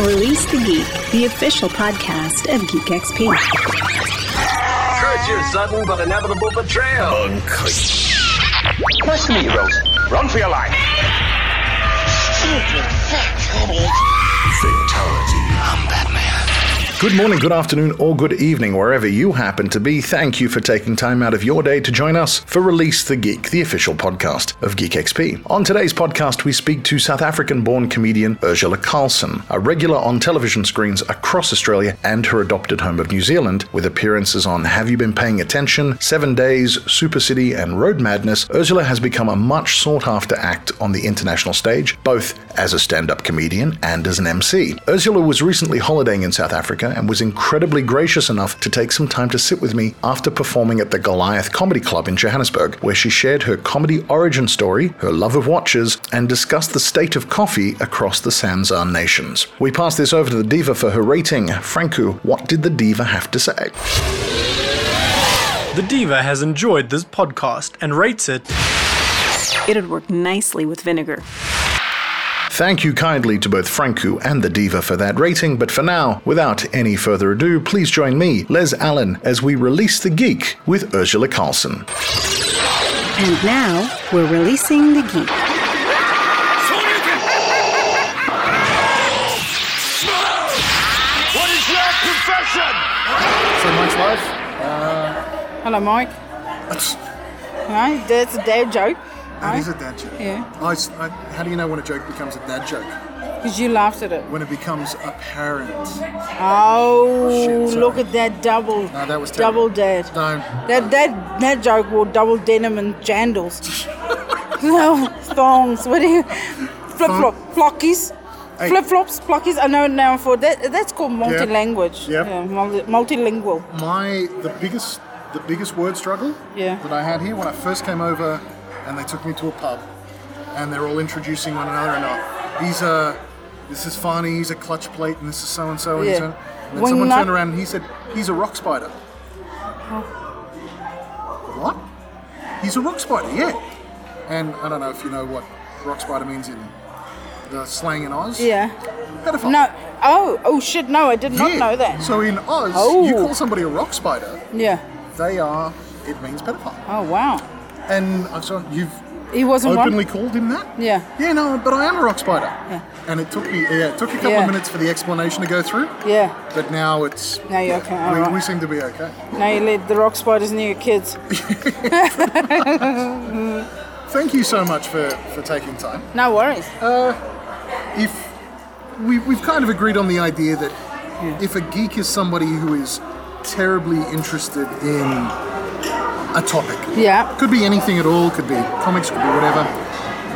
Release the Geek, the official podcast of Geek XP. Courage your sudden but inevitable betrayal. Uncut. Listen to me, Rose. Run for your life. Stupid fat Fatality. I'm Batman. Good morning, good afternoon, or good evening, wherever you happen to be. Thank you for taking time out of your day to join us for Release the Geek, the official podcast of Geek XP. On today's podcast, we speak to South African born comedian Ursula Carlson, a regular on television screens across Australia and her adopted home of New Zealand, with appearances on Have You Been Paying Attention, Seven Days, Super City, and Road Madness. Ursula has become a much sought after act on the international stage, both as a stand up comedian and as an MC. Ursula was recently holidaying in South Africa and was incredibly gracious enough to take some time to sit with me after performing at the Goliath Comedy Club in Johannesburg, where she shared her comedy origin story, her love of watches, and discussed the state of coffee across the Sanzar nations. We pass this over to the diva for her rating. Franku, what did the diva have to say? The diva has enjoyed this podcast and rates it. It'd work nicely with vinegar. Thank you kindly to both Franku and the Diva for that rating, but for now, without any further ado, please join me, Les Allen, as we release The Geek with Ursula Carlson. And now, we're releasing The Geek. what is your profession? So much love. Uh, Hello, Mike. Hi, that's a dad joke. That is a dad joke. Yeah. I, I, how do you know when a joke becomes a dad joke? Because you laughed at it. When it becomes apparent. Oh, Shit, look at that double. No, that was terrible. double dad. No. That that that joke wore double denim and jandals. no thongs. What do you? Flip flop flockies. Hey. Flip flops, blockies. I know now for that. That's called multi language. Yep. Yeah, multi- multilingual. My the biggest the biggest word struggle. Yeah. That I had here when I first came over and they took me to a pub and they're all introducing one another and oh, he's a this is Farney, he's a clutch plate and this is so and so and so and then someone not- turned around and he said, He's a rock spider. Oh. What? He's a rock spider, yeah. And I don't know if you know what rock spider means in the slang in Oz. Yeah. Pedophile. No. Oh, oh shit, no, I did not Yeah. know that. So in Oz, Oh. you call somebody a rock spider, Yeah. they are it means pedophile. Oh wow. And I'm sorry, you've He wasn't one. openly called him that. Yeah. Yeah, no, but I am a rock spider. And it took me, yeah, it took a couple Yeah. of minutes for the explanation to go through. Yeah. But now it's. Now you're okay, all we, right. we seem to be okay. Now you let the rock spiders near your kids. no Thank you so much for, for taking time. worries. If we, we've kind of agreed on the idea that if a geek is somebody who is terribly interested in a topic, Yeah. could be anything at all, could be comics, could be whatever.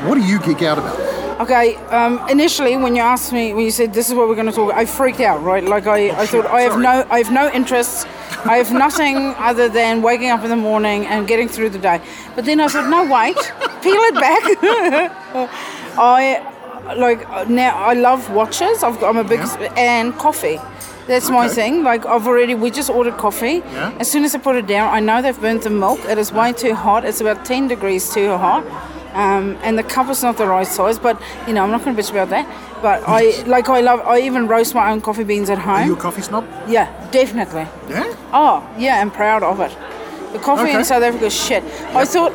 What do you geek out about? Okay. Um, initially, when you asked me, when you said this is what we're going to talk, I freaked out, right? Like I, I thought I have no, I have no interests. I have nothing other than waking up in the morning and getting through the day. But then I thought, no, wait, peel it back. I like uh, now. I love watches. I've got, I'm a big and coffee. That's my Okay. thing. Like I've already, we just ordered coffee. Yeah. As soon as I put it down, I know they've burnt the milk. It is way too hot. It's about 10 degrees too hot. Um, and the cup is not the right size, but you know, I'm not going to bitch about that. But I like, I love, I even roast my own coffee beans at home. Are you a coffee snob? Yeah, definitely. Yeah? Oh, yeah, I'm proud of it. The coffee Okay. in South Africa is shit. I thought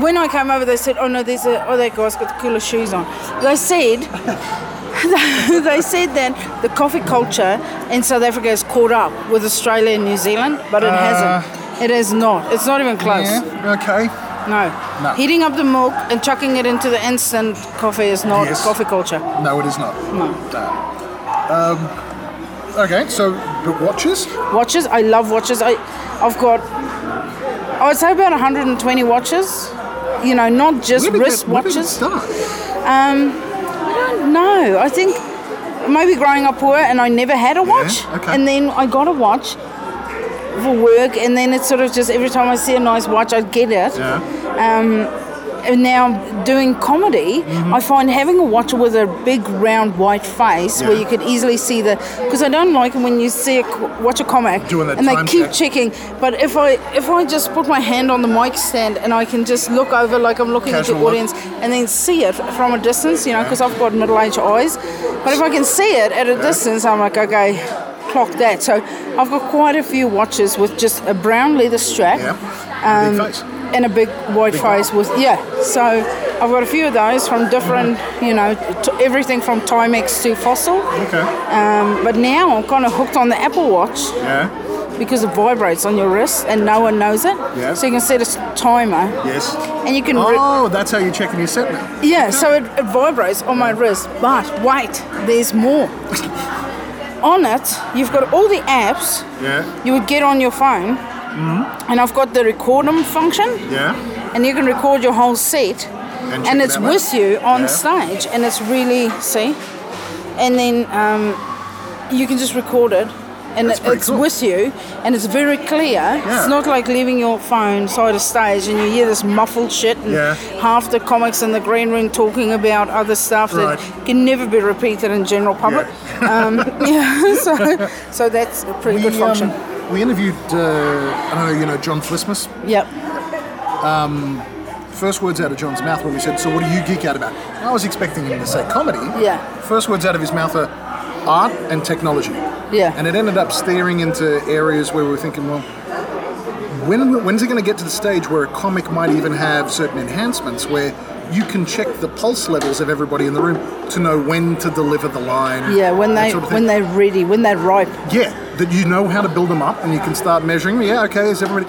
when I came over, they said, "Oh no, there's a oh that guy's got the coolest shoes on." They said, they said that the coffee culture in South Africa is caught up with Australia and New Zealand, but it Uh, hasn't. It is not. It's not even close. Yeah, okay. No. No. Heating up the milk and chucking it into the instant coffee is not Yes. coffee culture. No, it is not. No. Um, okay, so but watches? Watches, I love watches. I, I've got, I would say about 120 watches. You know, not just Where did wrist that- where did it watches. start? Um, I don't know. I think maybe growing up poor and I never had a watch, okay. and then I got a watch for work, and then it's sort of just every time I see a nice watch, I'd get it. Yeah. Um, and now doing comedy, Mm-hmm. I find having a watcher with a big round white face where you could easily see the because I don't like when you see a co- watch a comic Doing that and they time keep check. checking. But if I if I just put my hand on the mic stand and I can just look over like I'm looking at Casual the look. audience and then see it from a distance, you know, because I've got middle-aged eyes. But if I can see it at a distance, I'm like, okay, clock that. So I've got quite a few watches with just a brown leather strap Yeah. And a Um, big face. and a big white face with yeah. So I've got a few of those from different, Mm-hmm. you know, t- everything from Timex to Fossil. Okay. Um, but now I'm kind of hooked on the Apple Watch Yeah. because it vibrates on your wrist and no one knows it. Yeah. So you can set a s- timer Yes. and you can. re- Oh, that's how you're checking your set now. yeah, so it, it vibrates on my wrist. But wait, there's more. on it, you've got all the apps Yeah. you would get on your phone. Mm-hmm. And I've got the record 'em function, Yeah. and you can record your whole set, and, check it it's that way. with you on Yeah. stage, and it's really see. And then um, you can just record it, and it, pretty it's cool. with you, and it's very clear. Yeah. It's not like leaving your phone side of stage, and you hear this muffled shit, and Yeah. half the comics in the green room talking about other stuff Right. that can never be repeated in general public. Um, yeah, so, so that's a pretty good We, function. um, we interviewed, uh, I don't know, you know, John Flismus. yep. First words out of John's mouth when we said, "So what do you geek out about?" And I was expecting him to say comedy. Yeah. First words out of his mouth are art and technology. Yeah. And it ended up steering into areas where we were thinking, well, when when's it going to get to the stage where a comic might even have certain enhancements where you can check the pulse levels of everybody in the room to know when to deliver the line. Yeah, when that they sort of when thing. they're ready, when they're ripe. yeah that you know how to build them up and you can start measuring. Yeah, okay, is everybody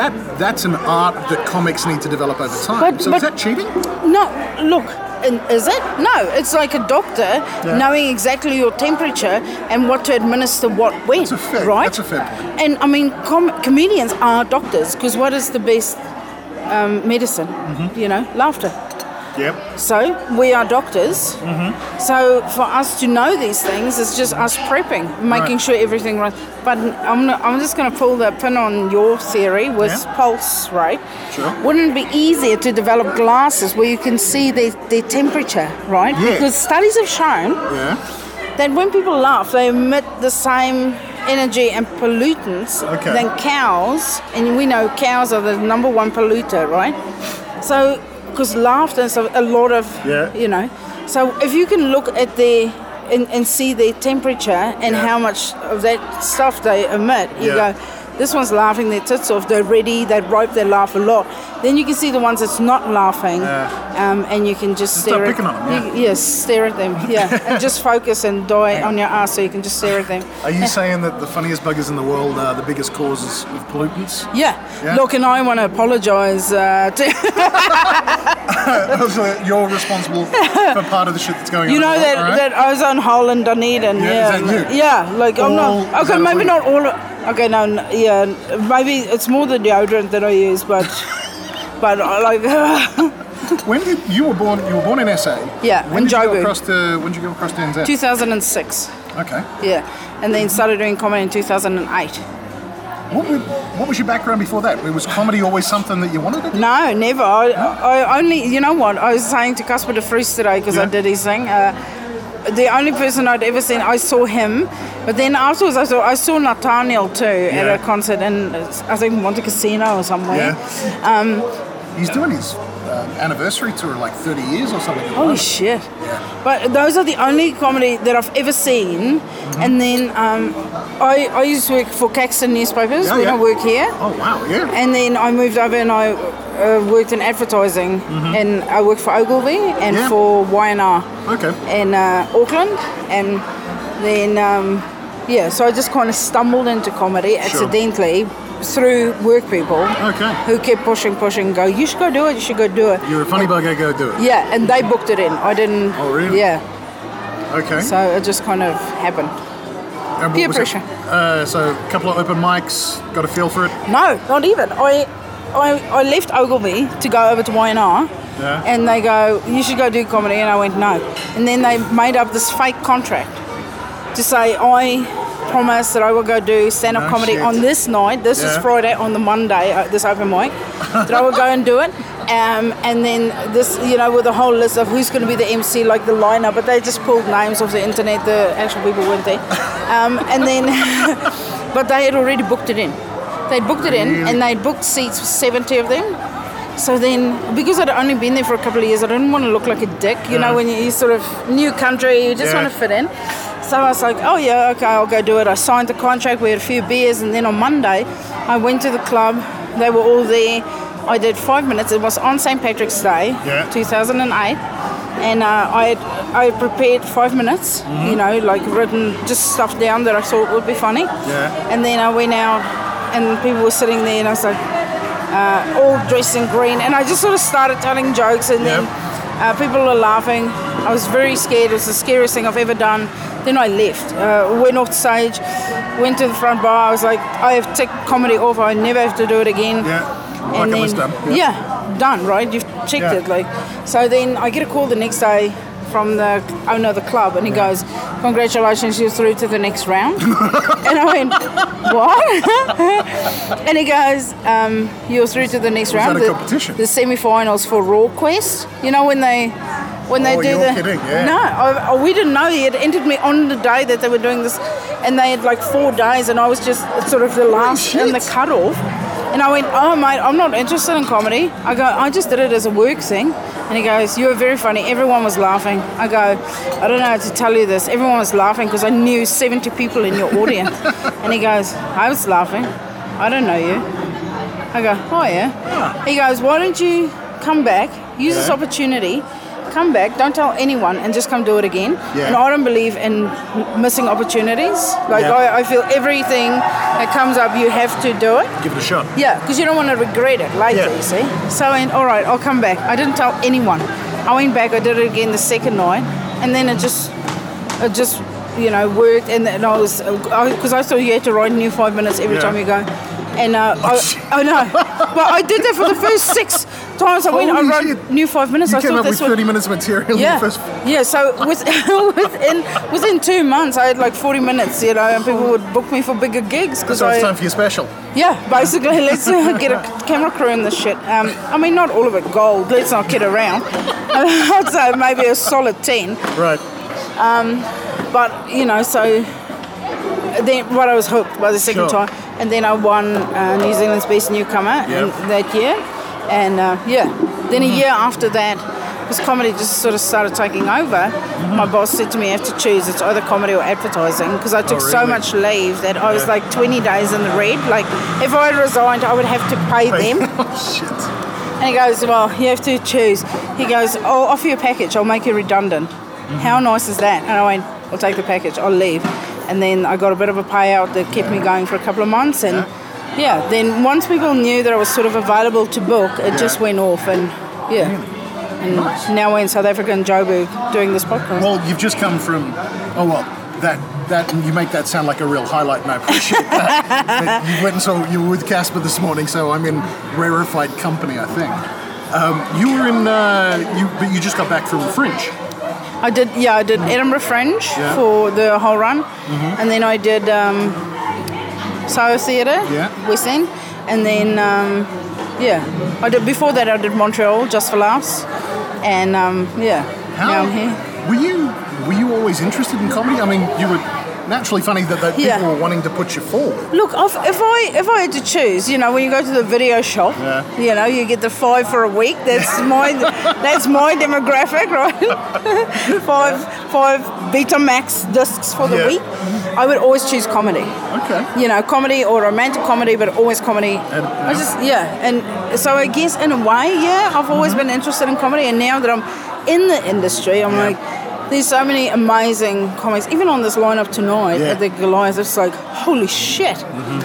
that that's an art that comics need to develop over time. But- so but- is that cheating? No, look, and is it? No, it's like a doctor knowing exactly your temperature and what to administer what when. That's a fair- right? that's a fair point. And I mean, com- comedians are doctors because what is the best um, medicine? Mm-hmm. You know, laughter. Yep. So we are doctors. So for us to know these things is just us prepping, making Right. sure everything runs. But I'm, not, I'm just going to pull the pin on your theory with Yeah. pulse, right? Sure. Wouldn't it be easier to develop glasses where you can see their, their temperature, right? Yeah. Because studies have shown Yeah. that when people laugh, they emit the same energy and pollutants Okay. than cows. And we know cows are the number one polluter, right? So, because laughter is a a lot of, Yeah. you know. So, if you can look at their and, and see their temperature and Yeah. how much of that stuff they emit, you Yeah. go, this one's laughing their tits off, they're ready, they're ripe, they laugh a lot. Then you can see the ones that's not laughing, um, and you can just start stare picking at on 'em, yeah. you- Yes, stare at them. Yeah, and just focus and die on your ass so you can just stare at them. Are you saying that the funniest buggers in the world are the biggest causes of pollutants? Yeah. Yeah. Look, and I want to apologise. Uh, to so uh, you're responsible for part of the shit that's going you on. know in the that world, alright? that ozone hole in Dunedin. Yeah, Yeah. is that you? Yeah. Like I'm All- not. is Okay, that maybe all not all. Okay, no. n- Yeah, maybe it's more the deodorant that I use, but but I like When did you were born? You were born in SA. Yeah, in When did you Joburg. go across to? When did you go across to NZ? 2006. okay. Yeah, and then started doing comedy in 2008. What, were, what was your background before that? Was comedy always something that you wanted? to do? No, never. I, I only, you know what? I was saying to Casper de Vries today because I Yeah. did his thing. Uh, the only person I'd ever seen, I saw him, but then afterwards I saw I saw Nathaniel too at Yeah. a concert in uh, I think Monte Cassino or somewhere. Um, Um, He's doing his uh, anniversary tour like 30 years or something. Oh, at the Holy moment. shit! But those are the only comedy that I've ever seen. Mm-hmm. And then um, I I used to work for Caxton newspapers. Yeah, we yeah. don't work here. Oh wow! Yeah. And then I moved over and I uh, worked in advertising, and I worked for Ogilvy and Mm-hmm. Yeah. for Y&R. Okay. in uh, Auckland, and then um, yeah, so I just kind of stumbled into comedy accidentally through work people Okay. who kept pushing, pushing, go, you should go do it, you should go do it. You're a funny bugger. Go do it. Yeah, and they booked it in. I didn't. Oh, really? Yeah, Okay. so it just kind of happened. And what peer was it? pressure. Uh, so a couple of open mics. Got a feel for it. No, not even. I, I, I left Ogilvy to go over to Y&R. Yeah. And they go, you should go do comedy. And I went, no. And then they made up this fake contract to say, I promise that I will go do stand up No comedy shit. on this night. This is Yeah. Friday, on the Monday, uh, this open mic, that I will go and do it. Um, and then this, you know, with a whole list of who's going to be the MC, like the lineup, but they just pulled names off the internet. The actual people weren't there. Um, and then, but they had already booked it in. They booked it in, and they booked seats for 70 of them. So then, because I'd only been there for a couple of years, I didn't want to look like a dick, you know, when you, you sort of new country, you just Yeah. want to fit in. So I was like, oh yeah, okay, I'll go do it. I signed the contract, we had a few beers, and then on Monday, I went to the club. They were all there. I did five minutes. It was on St. Patrick's Day, Yeah. 2008. And uh, I, had, I had prepared five minutes, Mm-hmm. you know, like written just stuff down that I thought would be funny. Yeah. And then I went out, and people were sitting there, and I was like, uh, all dressed in green. And I just sort of started telling jokes, and then uh, people were laughing. I was very scared. It was the scariest thing I've ever done. Then I left, uh, went off stage, went to the front bar. I was like, I have ticked comedy off. I never have to do it again. Yeah. Bucket list done. Yeah. done, right? You've checked Yeah. it. Like, so then I get a call the next day from the owner of the club, and he goes, "Congratulations, you're through to the next round." and I went, "What?" and he goes, um, "You're through to the next that round." a the, competition? The semi-finals for Raw Quest. You know when they. When they Oh, do you're the kidding, yeah. no, I, I- we didn't know he had entered me on the day that they were doing this, and they had like four days, and I was just sort of the last in the cutoff. And I went, oh mate, I'm not interested in comedy. I go, I just did it as a work thing. And he goes, you were very funny. Everyone was laughing. I go, I don't know how to tell you this. Everyone was laughing because I knew 70 people in your audience. and he goes, I was laughing. I don't know you. I go, oh Ah. yeah. He goes, why don't you come back, use this opportunity, come back, don't tell anyone, and just come do it again. Yeah. And I don't believe in m- missing opportunities. Like, Yeah. I, I feel everything that comes up, you have to do it. Give it a shot. Yeah, because you don't want to regret it later, Yeah. you see. So I went, all right, I'll come back. I didn't tell anyone. I went back, I did it again the second night, and then it just, it just, you know, worked. And, then I was, because I, thought you had to write new five minutes every Yeah. time you go. And uh, I, I know, but I did that for the first six times I went. I Holy wrote shit. new five minutes. You I came thought up with that's 30 what. minutes of material in Yeah, the first. yeah. So with, within within two months, I had like forty minutes, you know, and people would book me for bigger gigs because So I it's time for your special. yeah, basically, let's uh, get a camera crew in this shit. Um, I mean, not all of it gold. Let's not kid around. I'd say maybe a solid ten. Right. But you know, so then, but I was hooked by the second Sure. time, and then I won uh, New Zealand's Best Newcomer in Yep. Mm-hmm. that year, and uh, yeah, then a year after that, because comedy just sort of started taking over. Mm-hmm. My boss said to me, "You have to choose. It's either comedy or advertising," because I took so Oh, really? much leave that I was like 20 days in the red. Like, if I resigned, I would have to pay them. oh, And he goes, Well, you have to choose. He goes, I'll offer you a package, I'll make you redundant. How nice is that? And I went, I'll take the package, I'll leave. And then I got a bit of a payout that kept me going for a couple of months. And yeah, then once people knew that I was sort of available to book, it just went off. And yeah. And now we're in South Africa and Joburg doing this podcast. shit. Well, you've just come from. Oh, well, that. That you make that sound like a real highlight, and I appreciate that. But you went and saw you were with Casper this morning, so I'm in rarefied company, I think. Um, you were in, uh, you, but you just got back from the Fringe. I did, yeah, I did Edinburgh Fringe Yeah. Mm-hmm. for the whole run, and then I did um, Soho Theatre, Yeah. West End, and then um, yeah, I did before that I did Montreal just for laughs, and um, yeah, now I'm here. Were you were you always interested in comedy? I mean, you were naturally funny that, that Yeah. people were wanting to put you forward. Look, if, if I if I had to choose, you know, when you go to the video shop, Yeah. you know, you get the five for a week. That's my that's my demographic, right? five five Betamax discs for the Yeah. week. I would always choose comedy. Okay. you know, comedy or romantic comedy, but always comedy. I just, yeah, and so I guess in a way, yeah, I've always Mm-hmm. been interested in comedy, and now that I'm in the industry, I'm like, there's so many amazing comics. Even on this lineup tonight Yeah. Mm-hmm. at the Goliath, it's like, holy shit!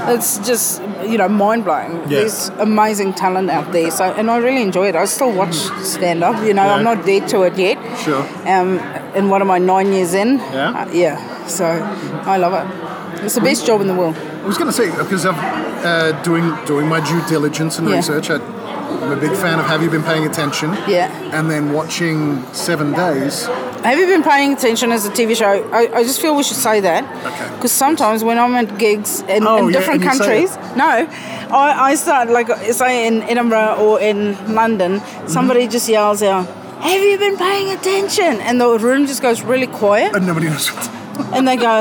It's just, you know, mind blowing. There's amazing talent out there, so and I really enjoy it. I still watch stand up. You know, I'm Mm-hmm. Yeah. not dead to it yet. Sure. Um, and what am I nine years in? Yeah. Uh, yeah. So I love it. It's the best job in the world. I was going to say because I'm uh, doing doing my due diligence and Yeah. research. I I'm a big fan of Have You Been Paying Attention? Yeah. And then watching Seven Days. Have you been paying attention as a TV show? I, I just feel we should say that. Okay. Because sometimes when I'm at gigs in, Oh, in yeah, different and you say countries, no, I, I start, like, say in Edinburgh or in London, Mm-hmm. somebody just yells out, Have you been paying attention? And the room just goes really quiet. And nobody knows what. And they go,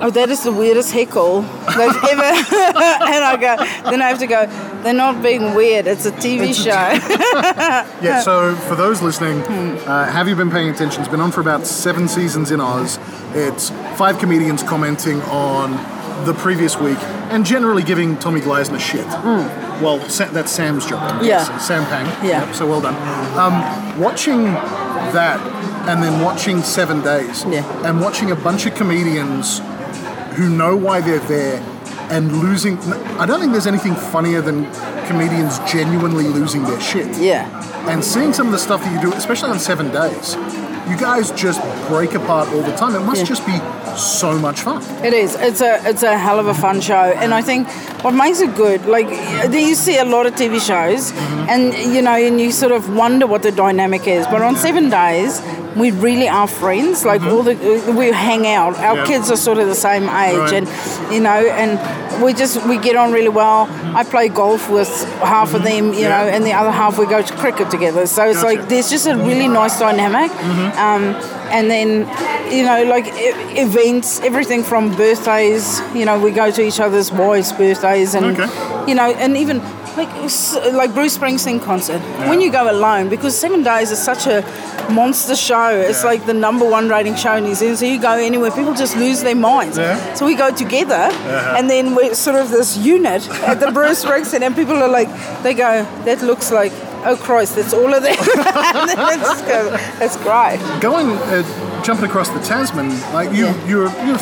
Oh, that is the weirdest heckle they've ever. and I go, Then I have to go, They're not being weird, it's a TV It's a show. Uh, Yeah, so for those listening, Hmm. uh, Have You Been Paying Attention? It's been on for about seven seasons in Oz. It's five comedians commenting on the previous week and generally giving Tommy Gleisner shit. Well, Sa- that's Sam's job. I Hmm. Yeah. guess. Sam Pang. Yeah. Yep, so well done. Um, watching that and then watching Seven Days Yeah. and watching a bunch of comedians who know why they're there and losing. I don't think there's anything funnier than comedians genuinely losing their shit yeah. and seeing some of the stuff that you do, especially on seven days, you guys just break apart all the time. It must Yeah. just be so much fun. It is. It's a it's a hell of a fun show, and I think what makes it good, like you see a lot of TV shows, Mm-hmm. and you know, and you sort of wonder what the dynamic is. But on Seven Days, we really are friends. Like all the we hang out. Our Mm-hmm. Yeah. kids are sort of the same age, Right. and you know, and we just we get on really well. I play golf with half of them, you Mm-hmm. Yeah. know, and the other half we go to cricket together. So it's Gotcha. Mm-hmm. like there's just a really nice dynamic. Um, and then, you know, like e- events, everything from birthdays, you know, we go to each other's wives' birthdays and, Okay. you know, and even like s- like Bruce Springsteen concert. When you go alone, because Seven Days is such a monster show, it's Yeah. like the number one rating show in New Zealand. So you go anywhere, people just lose their minds. Yeah. Uh-huh. So we go together and then we're sort of this unit at the Bruce Springsteen and people are like, they go, that looks like, oh Christ, that's all of them. and then they just go, that's great. Going, uh, jumping across the Tasman, like you, Yeah. you're, you're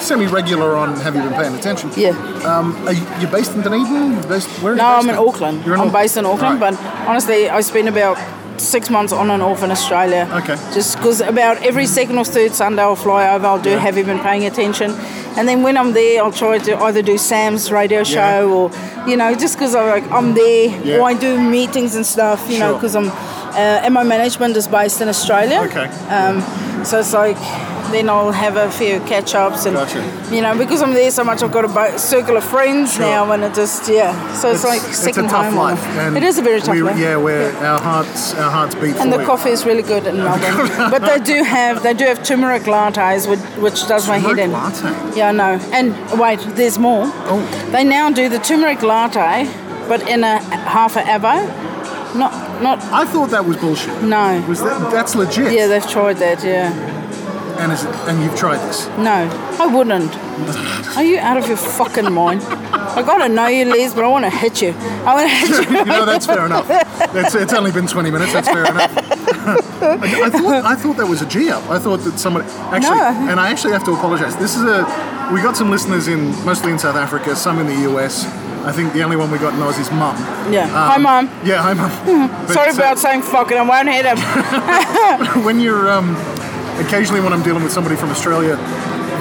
semi-regular on. Have you been paying attention? Yeah. Um, are you, you're based in Dunedin. You're based where? are you No, based I'm in Auckland. You're I'm based in Auckland, Right. but honestly, I spend about six months on and off in Australia. Okay. Just because about every second or third Sunday I'll fly over, I'll do Have You Been Paying Attention? And then when I'm there, I'll try to either do Sam's radio show or, you know, just because I'm, like, I'm there Yeah. or I do meetings and stuff, you know, Sure. because I'm, uh, and my management is based in Australia. Okay. Um, so it's like, then I'll have a few catch ups and, Gotcha. you know, because I'm there so much, I've got a bo- circle of friends Sure. now and it just, yeah. So it's, like second a tough home. life. and it is a very tough we, life. Yeah, where our hearts, our hearts And beat. for the you. coffee is really good in Melbourne, but they do have they do have turmeric lattes, which, which does my head Turmeric in. latte? Yeah, I know. And wait, there's more. Oh. They now do the turmeric latte, but in a half a avo. Not not. I thought that was bullshit. No. Was that? That's legit. Yeah, they've tried that. Yeah. And is it, and you've tried this. No, I wouldn't. Are you out of your fucking mind? I gotta know you, Les, but I want to hit you. I want to hit you. you know, that's fair enough. It's, it's only been 20 minutes, that's fair enough. I, I thought, I thought that was a G up. I thought that somebody. Actually, No. And I actually have to apologize. This is a. We got some listeners in, mostly in South Africa, some in the US. I think the only one we got in Oz is Mum. Yeah. Hi, Mum. Yeah, hi, Mum. Um, But, Sorry uh, about saying fucking. I won't hit him. when you're um, occasionally when I'm dealing with somebody from Australia,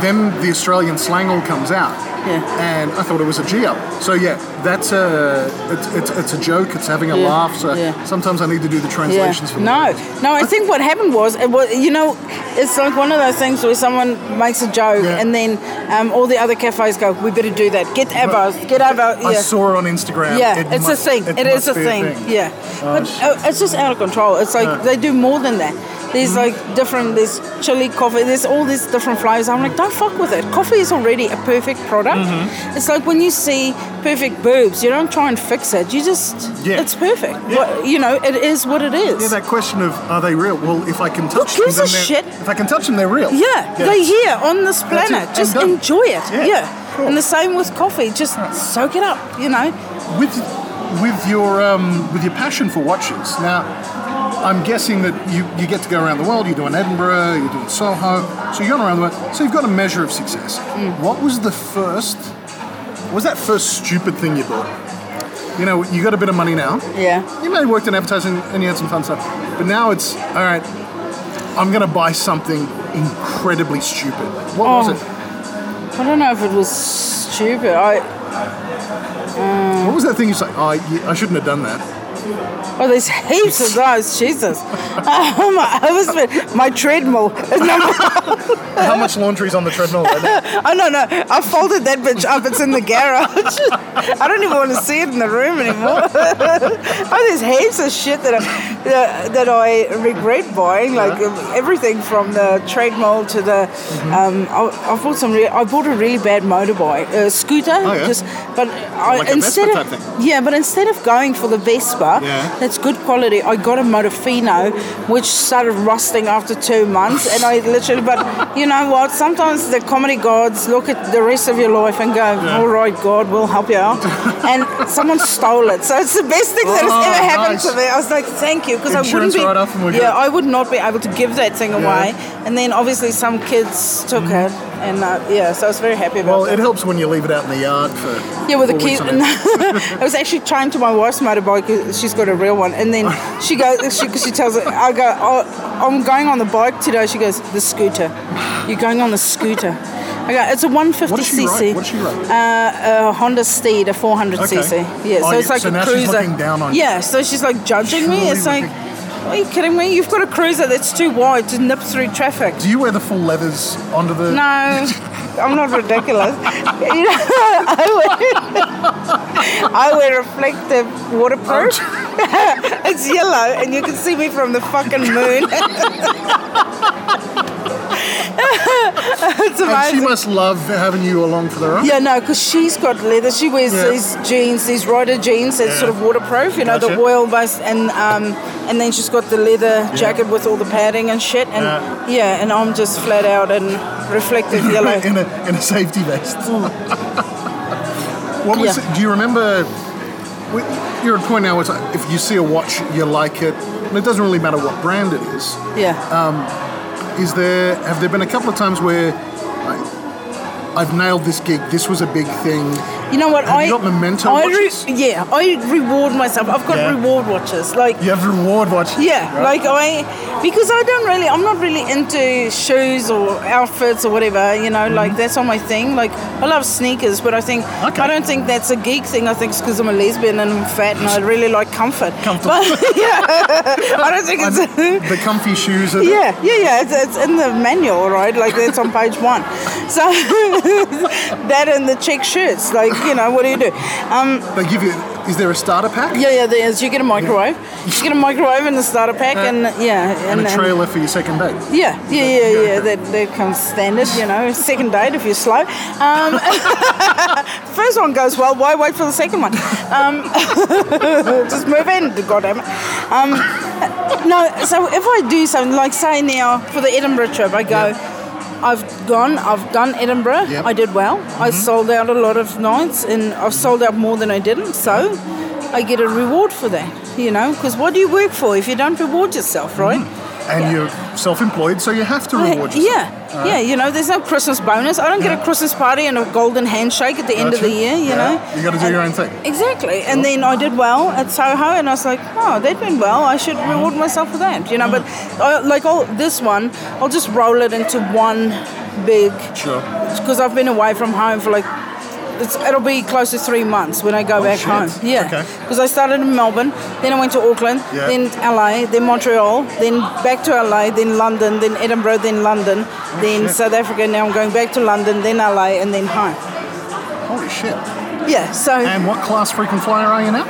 then the Australian slang all comes out. Yeah. And I thought it was a G up. So yeah, that's a it's, it's, it's a joke. It's having a Yeah, laugh. So yeah. sometimes I need to do the Yeah. translations for the No, words. no. I think what happened was, it was, you know, it's like one of those things where someone makes a joke, Yeah. and then um, all the other cafes go, "We better do that. Get avos. Get avos." I Yeah. saw on Instagram. yeah, it it's must- a thing. it is must a be thing. Yeah, Oh, but shit. uh, it's just out of control. It's like they do more than that. Hmm. There's like different. There's chili coffee. There's all these different flavors. I'm like, don't fuck with it. Coffee is already a perfect product. Mm-hmm. It's like when you see perfect boobs, you don't try and fix it. You just, Yeah. it's perfect. Yeah. What, you know, it is what it is. Yeah, that question of are they real? Well, if I can touch gives them, a then shit? they're- If I can touch them, they're real. Yeah, they're here on this That's it. planet. I'm Just done. enjoy it. Yeah, Yeah. cool. And the same with coffee. Just soak it up, you know. with with your um, with your passion for watches. Now, I'm guessing that you, you get to go around the world. You're doing Edinburgh, you're doing Soho, so you're going around the world. So you've got a measure of success. Mm. What was the first? What was that first stupid thing you bought? You know, you got a bit of money now. Yeah. You may have worked in advertising and you had some fun stuff, but now it's all right. I'm going to buy something incredibly stupid. What was Oh. it? I don't know if it was stupid. I What was that thing you said? Oh, I, I shouldn't have done that. Oh, there's heaps of those. Jesus. Oh, my husband, my treadmill. is not- How much laundry's on the treadmill right now? oh, no, no. I folded that bitch up. It's in the garage. I don't even want to see it in the room anymore. oh, there's heaps of shit that I, that, that I regret buying. Like everything from the treadmill to the. Mm-hmm. Um, I, I bought some. Re- I bought a really bad motorbike, a scooter. Oh, yeah. Just, but I, Like a Vespa instead type of thing. yeah, but instead of going for the Vespa, Yeah. that's good quality. I got a Motorfino, which started rusting after two months, and I literally. But you know what? Sometimes the comedy gods look at the rest of your life and go, "All right, God, we'll help you out." and someone stole it, so it's the best thing that Oh, has ever happened nice. to me. I was like, "Thank you," because I wouldn't Insurance be. write-off and we're yeah, good. I would not be able to give that thing away. And then obviously some kids took it, and uh, yeah, so I was very happy about Mm-hmm. Well, that. it helps when you leave it out in the yard for. Yeah, with a four key. weeks on end. I was actually trying to my wife's motorbike. 'cause She's got a real one, and then she goes. She, she tells her, "I go. Oh, I'm going on the bike today." She goes, "The scooter. You're going on the scooter." I go, "It's a 150 What does she cc. ride? What does she ride? Uh, a Honda Steed, a 400 Okay. cc. Yeah, Oh, so it's you- like so a now she's cruiser. looking down on you. yeah, so she's like judging me. Surely It's like, looking- are you kidding me? You've got a cruiser that's too wide to nip through traffic. Do you wear the full leathers onto the? No, I'm not ridiculous. You know, I wear, I wear reflective waterproof. it's yellow, and you can see me from the fucking moon. it's And she amazing. must love having you along for the ride. Yeah, no, because she's got leather. She wears Yeah. these jeans, these rider jeans that's sort of waterproof, you know, Gotcha. the oil based, and um, and then she's got the leather jacket with all the padding and shit, and yeah, and I'm just flat out in reflective yellow. in a in a safety vest. what Mm. was? Yeah. It? Do you remember? we- You're at a point now where it's like, if you see a watch, you like it, and it doesn't really matter what brand it is. yeah. Is there? Have there been a couple of times where like, I've nailed this gig? This was a big thing. You know what? Have I you got memento I watches? yeah, I reward myself. I've got Yeah. reward watches. Like You have reward watch. yeah, Right? like I because I don't really I'm not really into shoes or outfits or whatever, you know, like that's not my thing. Like I love sneakers, but I think Mm-hmm. Okay. I don't think that's a geek thing. I think it's because I'm a lesbian and I'm fat and I really like comfort. Comfort. But yeah. I don't think And it's the comfy shoes. Are Yeah, yeah, yeah. It's, it's in the manual, right? Like that's on page one. So that and the check shirts, like you know, what do you do? Um, They give you. Is there a starter pack? yeah, yeah. There is. You get a microwave. You get a microwave and a starter pack, and yeah, Uh, And a trailer for your second date. yeah, yeah, yeah, yeah. That that comes standard, you know. Second date if you're slow. Um, first one goes well. Why wait for the second one? Um, just move in, goddamn it. Um, no, so if I do something like say now for the Edinburgh trip, I go. I've gone. I've done Edinburgh. Yep. I did well. I sold out a lot of nights, and I've sold out more than I didn't. So, I get a reward for that, you know. Because what do you work for if you don't reward yourself, right? Mm. And you're self-employed, so you have to Well, reward yourself. Oh, Yeah, yeah. You know, there's no Christmas bonus. I don't get a Christmas party and a golden handshake at the end of Gotcha. the year. You Yeah. know. You gotta do And- your own thing. Exactly. And then I did well at Soho, and I was like, oh, that went well. I should reward myself for that. You know. Mm. But I, like all this one, I'll just roll it into one big. Sure. Because I've been away from home for like. It's, it'll be close to three months when I go back Oh, shit. home. Yeah, Okay. because I started in Melbourne, then I went to Auckland, Yeah. then LA, then Montreal, then back to LA, then London, then Edinburgh, then London, Oh, then South Africa. Now I'm going back to London, then LA, and then home. Holy shit. Yeah, so And what class frequent flyer are you now?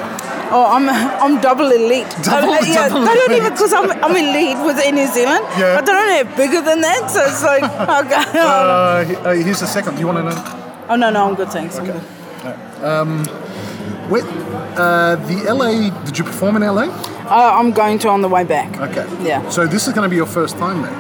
oh, I'm I'm double elite. Double- Uh, yeah, double I don't even elite. because I'm I'm elite within New Zealand. Yeah. I don't know bigger than that, so it's like okay. Uh, he- uh, here's the second. Do you want to know? oh no no I'm good thanks. I'm good. Wait, uh, the LA. Did you perform in LA? Uh, I'm going to on the way back. Okay. Yeah. So this is going to be your first time there.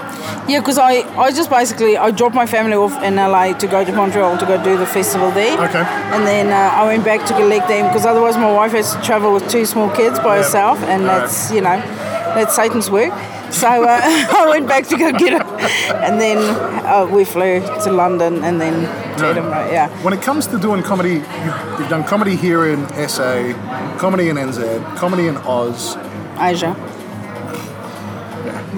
Yeah, because I, I just basically I dropped my family off in LA to go to Montreal to go do the festival there. Okay. And then uh, I went back to collect them because otherwise my wife has to travel with two small kids by Yeah. herself, and All right. that's you know that's Satan's work. So uh, I went back to go get them, and then uh, we flew to London and then to Right. Edinburgh. Yeah. When it comes to doing comedy, you've, you've done comedy here in SA, comedy in NZ, comedy in Oz. Asia. Wh-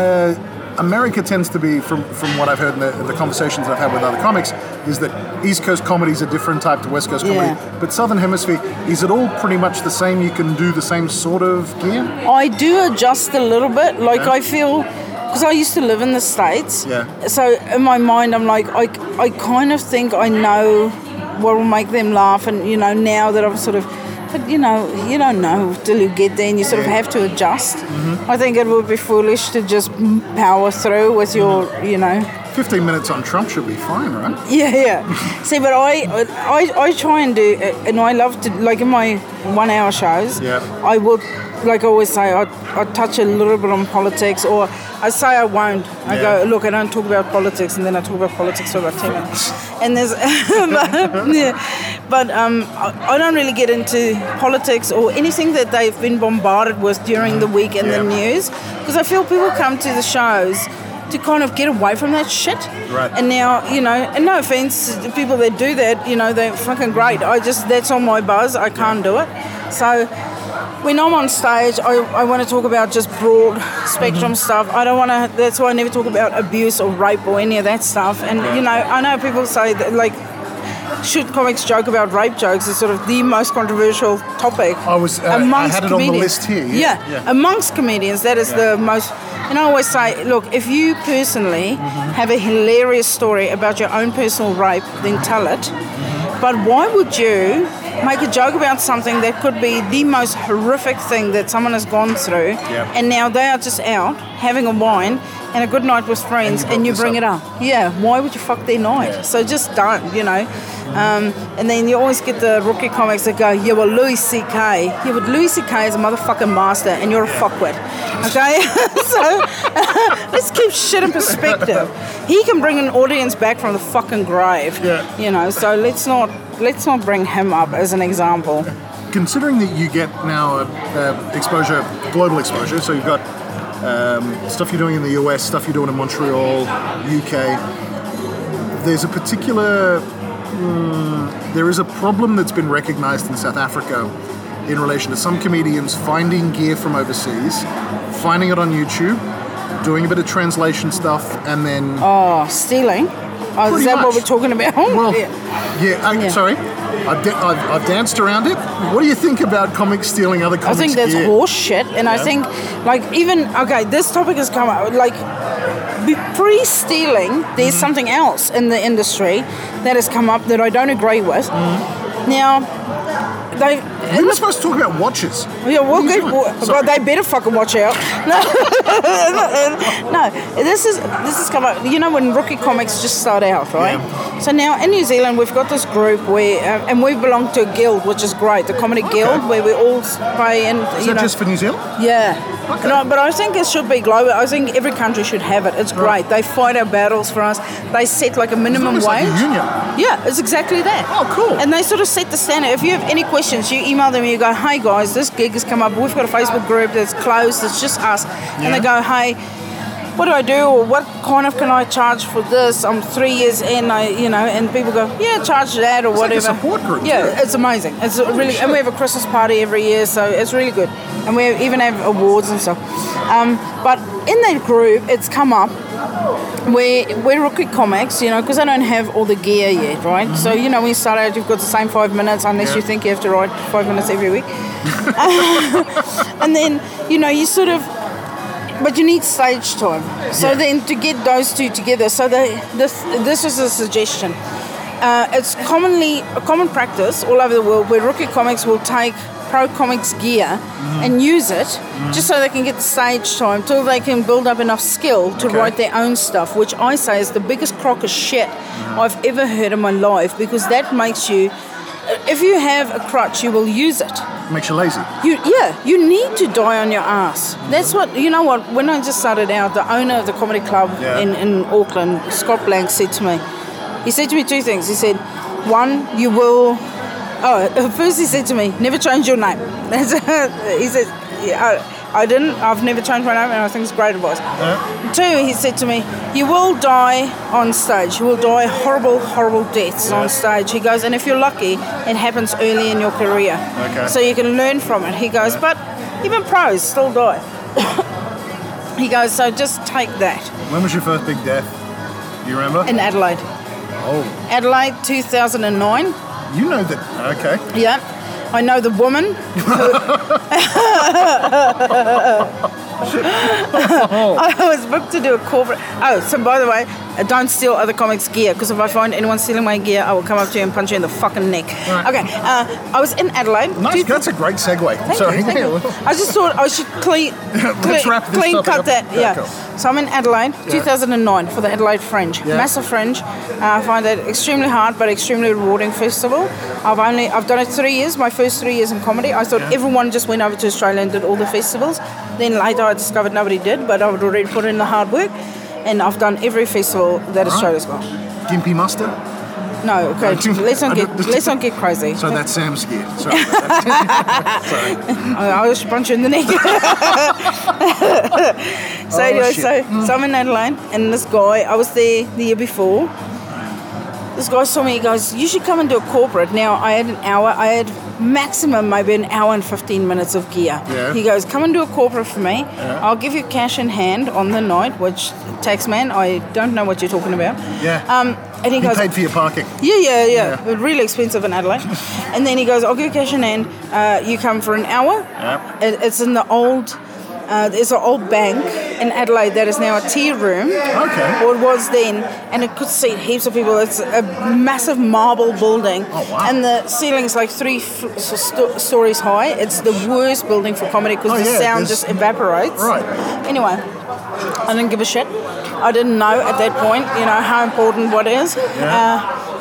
Uh, America tends to be, from, from what I've heard in the, the conversations I've had with other comics, is that East Coast comedy is a different type to West Coast comedy. Yeah. But Southern Hemisphere, is it all pretty much the same? You can do the same sort of gear? I do adjust a little bit. Like Yeah. I feel, because I used to live in the states. Yeah. So in my mind, I'm like, I, I kind of think I know what will make them laugh, and you know, now that I've sort of, but you know, you don't know till you get there, and you sort of have to adjust. Mm-hmm. I think it would be foolish to just power through with your, you know. 15 minutes on Trump should be fine, right? Yeah, yeah. See, but I, I, I try and do, and I love to like in my one-hour shows. Yeah. I will, like I always say, I, I touch a little bit on politics, or I say I won't. I Yeah. go, look, I don't talk about politics, and then I talk about politics for about ten minutes. And there's, yeah. but um, I, I don't really get into politics or anything that they've been bombarded with during the week in the Yeah. news, because I feel people come to the shows. To kind of get away from that shit, Right. and now, you know, and no offense to the people that do that, you know, they're fucking great. I just, that's on my buzz. I can't do it. So when I'm on stage, I, I want to talk about just broad spectrum stuff. I don't want to, that's why I never talk about abuse or rape or any of that stuff. And, you know, I know people say that, like, should comics joke about rape jokes is sort of the most controversial topic I was- uh, I- I had it on the list here, yeah, yeah. amongst comedians, that is the most. And I always say, look, if you personally Mm-hmm. have a hilarious story about your own personal rape, then tell it. Mm-hmm. But why would you make a joke about something that could be the most horrific thing that someone has gone through, Yeah. and now they are just out having a wine and a good night with friends, brought and you, this bring up. it up? Yeah, why would you fuck their night? So just don't, you know. Um, and then you always get the rookie comics that go, yeah, well, Louis C.K. Yeah, but Louis C.K. is a motherfucking master and you're a fuckwit. Okay? so let's keep shit in perspective. He can bring an audience back from the fucking grave. Yeah. You know, so let's not let's not bring him up as an example. Considering that you get now uh, uh, exposure, global exposure, so you've got um, stuff you're doing in the US, stuff you're doing in Montreal, UK, there's a particular. mm, there is a problem that's been recognized in South Africa in relation to some comedians finding gear from overseas, finding it on YouTube, doing a bit of translation stuff, and then. Oh, stealing. Oh, Pretty is that much. what we're talking about? Oh, Well, Yeah. yeah, I, Yeah. sorry. I've, da- I've, I've danced around it. What do you think about comics stealing other I comics? think that's gear? horse shit, and I think like even okay, this topic has come out like be- pre-stealing. There's Mm-hmm. something else in the industry that has come up that I don't agree with. Mm-hmm. Now they We were supposed to talk about watches. yeah, well, What are you good. doing? Well, Sorry. they better fucking watch out. No, no. This is this is come up. You know when rookie comics just start out, right? Yeah. So now in New Zealand we've got this group where, uh, and we belong to a guild, which is great, the comedy guild, where we all play and Is you that know. just for New Zealand? Yeah. Okay. No, but I think it should be global. I think every country should have it. It's great. They fight our battles for us. They set like a minimum almost like a wage. union. Yeah, it's exactly that. Oh, cool. And they sort of set the standard. If you have any questions, you email them. You go, "Hey guys, this gig has come up. We've got a Facebook group that's closed. It's just us." And they go, "Hey." What do I do, or what kind of can I charge for this? I'm three years in, I you know, and people go, yeah, charge that or like a whatever. support group, Yeah, too. it's amazing. It's really, and we have a Christmas party every year, so it's really good. And we even have awards and stuff. Um, but in that group, it's come up. We're, we're rookie comics, you know, because I don't have all the gear yet, right? So, you know, when you start out, you've got the same five minutes, unless you think you have to write five minutes every week. and then, you know, you sort of, but you need stage time. So then to get those two together, so they, this, this was a suggestion uh, it's commonly a common practice all over the world where rookie comics will take pro comics gear and use it just so they can get the stage time till they can build up enough skill to write their own stuff which i say is the biggest crock of shit i've ever heard in my life because that makes you if you have a crutch you will use it Makes you lazy. you, yeah, you need to die on your ass. That's what you know. What when I just started out, the owner of the comedy club Yeah. in, in Auckland, Scott Blank, said to me, he said to me two things. He said, one, you will. Oh, first he said to me, never change your name. That's he said, yeah, I, I didn't. I've never changed my name, and I think it's great advice. Two, he said to me, you will die on stage. You will die horrible, horrible deaths on stage. He goes, and if you're lucky, it happens early in your career. Okay. So you can learn from it. He goes, but even pros still die. He goes, so just take that. When was your first big death? Do you remember? In Adelaide. oh, Adelaide 2009. you know that. Okay. Yeah. I know the woman. I was booked to do a corporate. Oh, so by the way, uh, don't steal other comics' gear because if I find anyone stealing my gear, I will come up to you and punch you in the fucking neck. Right. Okay, uh, I was in Adelaide. Nice. Two- That's a great segue. Thank Sorry. you, thank you. I just thought I should clean, Let's clean, wrap this clean topic cut up. that. Yeah, Yeah. cool. So I'm in Adelaide, 2009, for the Adelaide Fringe. Yeah. Massive Fringe. Uh, I find it extremely hard but extremely rewarding festival. I've only I've done it three years. My first three years in comedy, I thought everyone just went over to Australia and did all the festivals. Then later I discovered nobody did, but I would already put in the hard work, and I've done every festival that Australia's got. Gimpy mustard. No, okay, let's not I get don't- let's not get crazy. So that's Sam's gear. Sorry. I I was punch you in the neck. so anyway, Oh, so, shit. so I'm in Adelaide, and this guy, I was there the year before. This guy saw me. He goes, "You should come and do a corporate." Now I had an hour. I had maximum maybe an hour and fifteen minutes of gear. Yeah. He goes, "Come and do a corporate for me. I'll give you cash in hand on the night." Which tax man, I don't know what you're talking about. Yeah. Um, and he he goes, paid for your parking. yeah, yeah, yeah. Yeah. But Really expensive in Adelaide. and then he goes, I'll give you cash in hand. Uh, you come for an hour. Yep. It, it's in the old, uh, there's an old bank in Adelaide that is now a tea room. Okay. Or it was then. And it could seat heaps of people. It's a massive marble building. Oh, wow. And the ceiling's like three f- so sto- stories high. It's the worst building for comedy because Oh, the yeah, sound there's- just evaporates. Right. Anyway, I didn't give a shit. I didn't know at that point, you know, how important what is. Uh,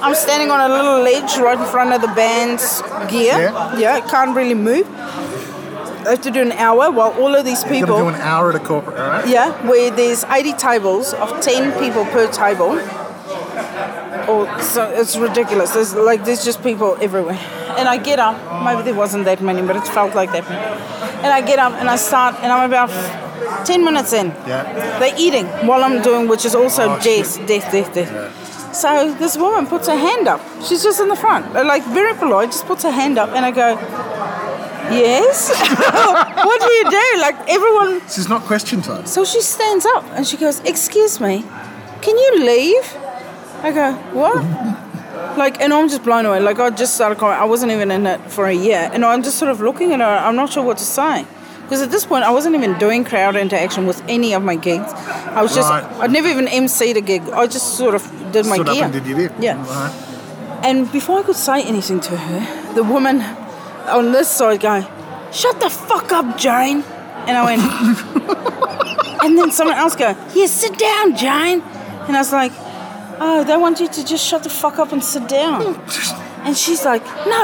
I'm standing on a little ledge right in front of the band's gear. Yeah. yeah can't really move. I have to do an hour while all of these You're gonna people. do an hour at a corporate. All right. Yeah, where there's 80 tables of 10 people per table. Or so it's ridiculous. There's like there's just people everywhere. And I get up. Maybe there wasn't that many, but it felt like that. And I get up and I start, and I'm about 10 minutes in. Yeah. They're eating while I'm doing, which is also Oh, shit. death, death, death, death. So this woman puts her hand up. She's just in the front, like very polite, just puts her hand up, and I go, "Yes." what do you do? Like everyone This is not question time. so she stands up and she goes, Excuse me, can you leave? I go, What? like, and I'm just blown away. Like, I just started crying. I wasn't even in it for a year. And I'm just sort of looking at her. I'm not sure what to say. Because at this point, I wasn't even doing crowd interaction with any of my gigs. I was just, Right. I'd never even MC'd a gig. I just sort of did my Stood gear. up and did you did. Yeah. All right. And before I could say anything to her, the woman on this side going, Shut the fuck up, Jane. And I went, And then someone else go, Yeah, sit down, Jane. And I was like, Oh, they want you to just shut the fuck up and sit down. And she's like, No.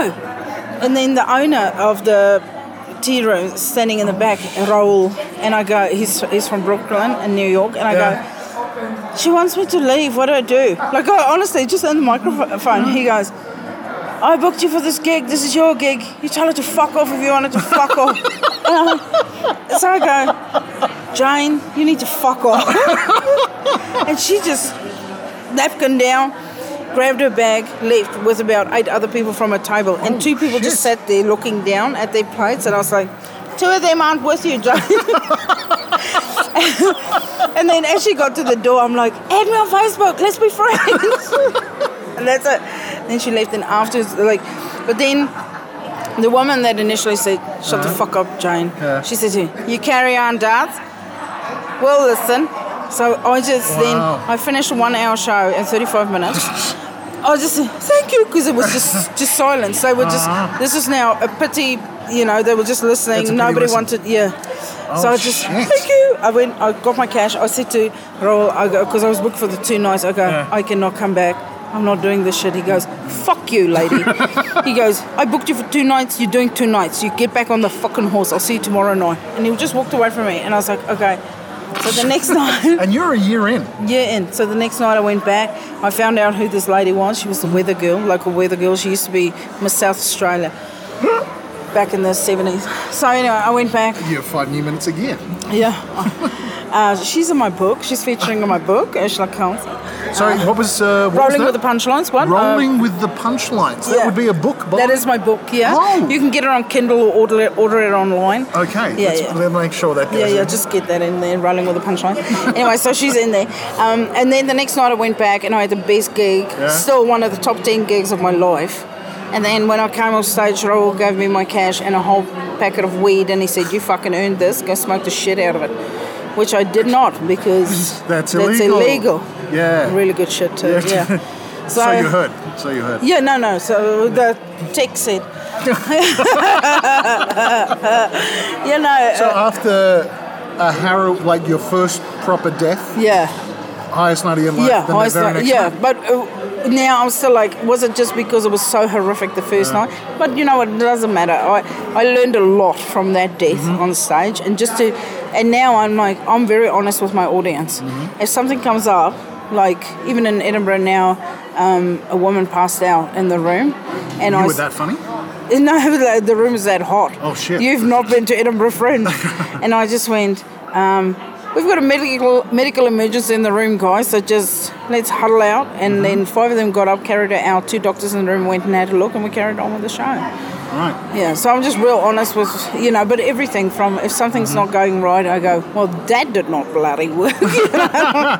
And then the owner of the tea room standing in the back, Raul, and I go, He's, he's from Brooklyn in New York. And I Yeah. go, she wants me to leave. What do I do? Like, I, honestly, just on the microphone, he goes, I booked you for this gig. This is your gig. You tell her to fuck off if you want her to fuck off. And I'm like- so I go, Jane, you need to fuck off. and she just napkin down, grabbed her bag, left with about eight other people from her table. and two people just shit. sat there looking down at their plates. And I was like, two of them aren't with you, Jane. And then as she got to the door, I'm like, add me on Facebook, let's be friends. and that's it. Then she left, and afterwards, like, but then the woman that initially said, shut the Uh-huh. fuck up, Jane, she said to me, you carry on, Dad. Well, listen. So I just Wow. then, I finished a one hour show in 35 minutes. I just said, thank you, because it was just just silence. They were just, this is now a pity, you know, they were just It's Uh-huh. a listening. pity Nobody listen. wanted, yeah. so Oh, I just, shit. thank you. I went, I got my cash. I said to Raul, I go, because I was booked for the two nights, I go, I cannot come back. I'm not doing this shit. He goes, fuck you, lady. he goes, I booked you for two nights. You're doing two nights. You get back on the fucking horse. I'll see you tomorrow night. And he just walked away from me. And I was like, okay. So the next night, And you're a year in. yeah, and so the next night I went back. I found out who this lady was. She was the weather girl, local weather girl. She used to be Miss South Australia back in the 70s. So anyway, I went back. You have five new minutes again. Yeah. Uh, she's in my book. She's featuring in my book, Ursula Counts. Sorry, what was uh, what Rolling was with the that? Punchlines one. Uh, Rolling with the punchlines. That Yeah. would be a book. By That is my book, yeah. Oh. You can get it on Kindle or order it, order it online. Okay. Yeah, let's, yeah. let's make sure that goes Yeah, yeah, in. just get that in there, rolling with a punchline. anyway, so she's in there. Um, and then the next night I went back and I had the best gig, still one of the top 10 gigs of my life. And then when I came off stage, Raoul gave me my cash and a whole packet of weed and he said, You fucking earned this, go smoke the shit out of it. Which I did not because That's illegal. illegal. Yeah. Really good shit too, Yeah. yeah. So, you heard. So you heard. Yeah, no, no. So the tech said. you know, So uh, after a harrow, like your first proper death, yeah. highest night of your life. yeah, then I the was very like- next yeah, night. but uh, now I'm still like, was it just because it was so horrific the first night? But you know what? It doesn't matter. I, I learned a lot from that death Mm-hmm. on stage, and just to, and now I'm like, I'm very honest with my audience. Mm-hmm. If something comes up, like even in Edinburgh now, um, a woman passed out in the room, and I You were was- that funny? no, the- the room is that hot. Oh, shit. You've not been to Edinburgh, friend. and I just went, um, we've got a medical medical emergency in the room, guys. So just let's huddle out. And Mm-hmm. then five of them got up, carried her out. Two doctors in the room went and had a look, and we carried on with the show. Right. Yeah, so I'm just real honest with, you know, but everything from if something's Mm-hmm. not going right, I go, well, that did not bloody work. yeah.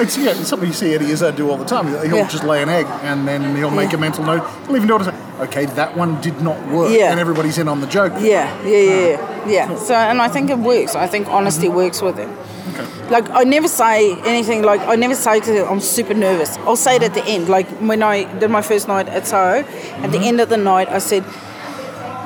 It's, yeah, it's something you see Eddie Izzard do all the time. He'll Yeah. just lay an egg and then he'll make Yeah. a mental note. He'll even notice, okay, that one did not work. Yeah. And everybody's in on the joke. Yeah, yeah, yeah, yeah. yeah. So, and I think it works. I think honesty works with it. Okay. Like I never say anything. Like I never say to them, I'm super nervous. I'll say it at the end. Like when I did my first night at Soho, at the end of the night, I said,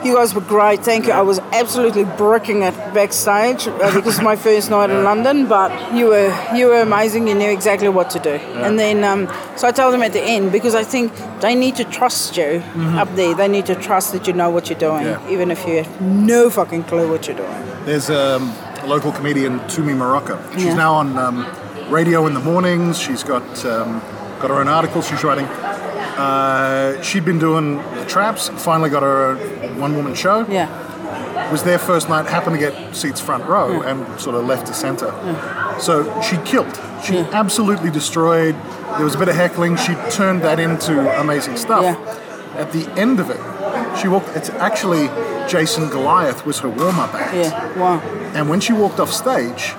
"You guys were great. Thank you. I was absolutely bricking it backstage uh, because it's my first night in London. But you were you were amazing. You knew exactly what to do. And then um, so I tell them at the end because I think they need to trust you up there. They need to trust that you know what you're doing, Yeah. even if you have no fucking clue what you're doing. There's um, a local comedian, Tumi Morocco. She's Yeah. now on um, radio in the mornings. She's got um, got her own articles she's writing. Uh, she'd been doing the traps. Finally got her one woman show. Yeah." Was their first night. Happened to get seats front row and sort of left to centre. So she killed. She absolutely destroyed. There was a bit of heckling. She turned that into amazing stuff. Yeah. At the end of it, she walked. It's actually Jason Goliath was her warm up act. Yeah, wow. And when she walked off stage,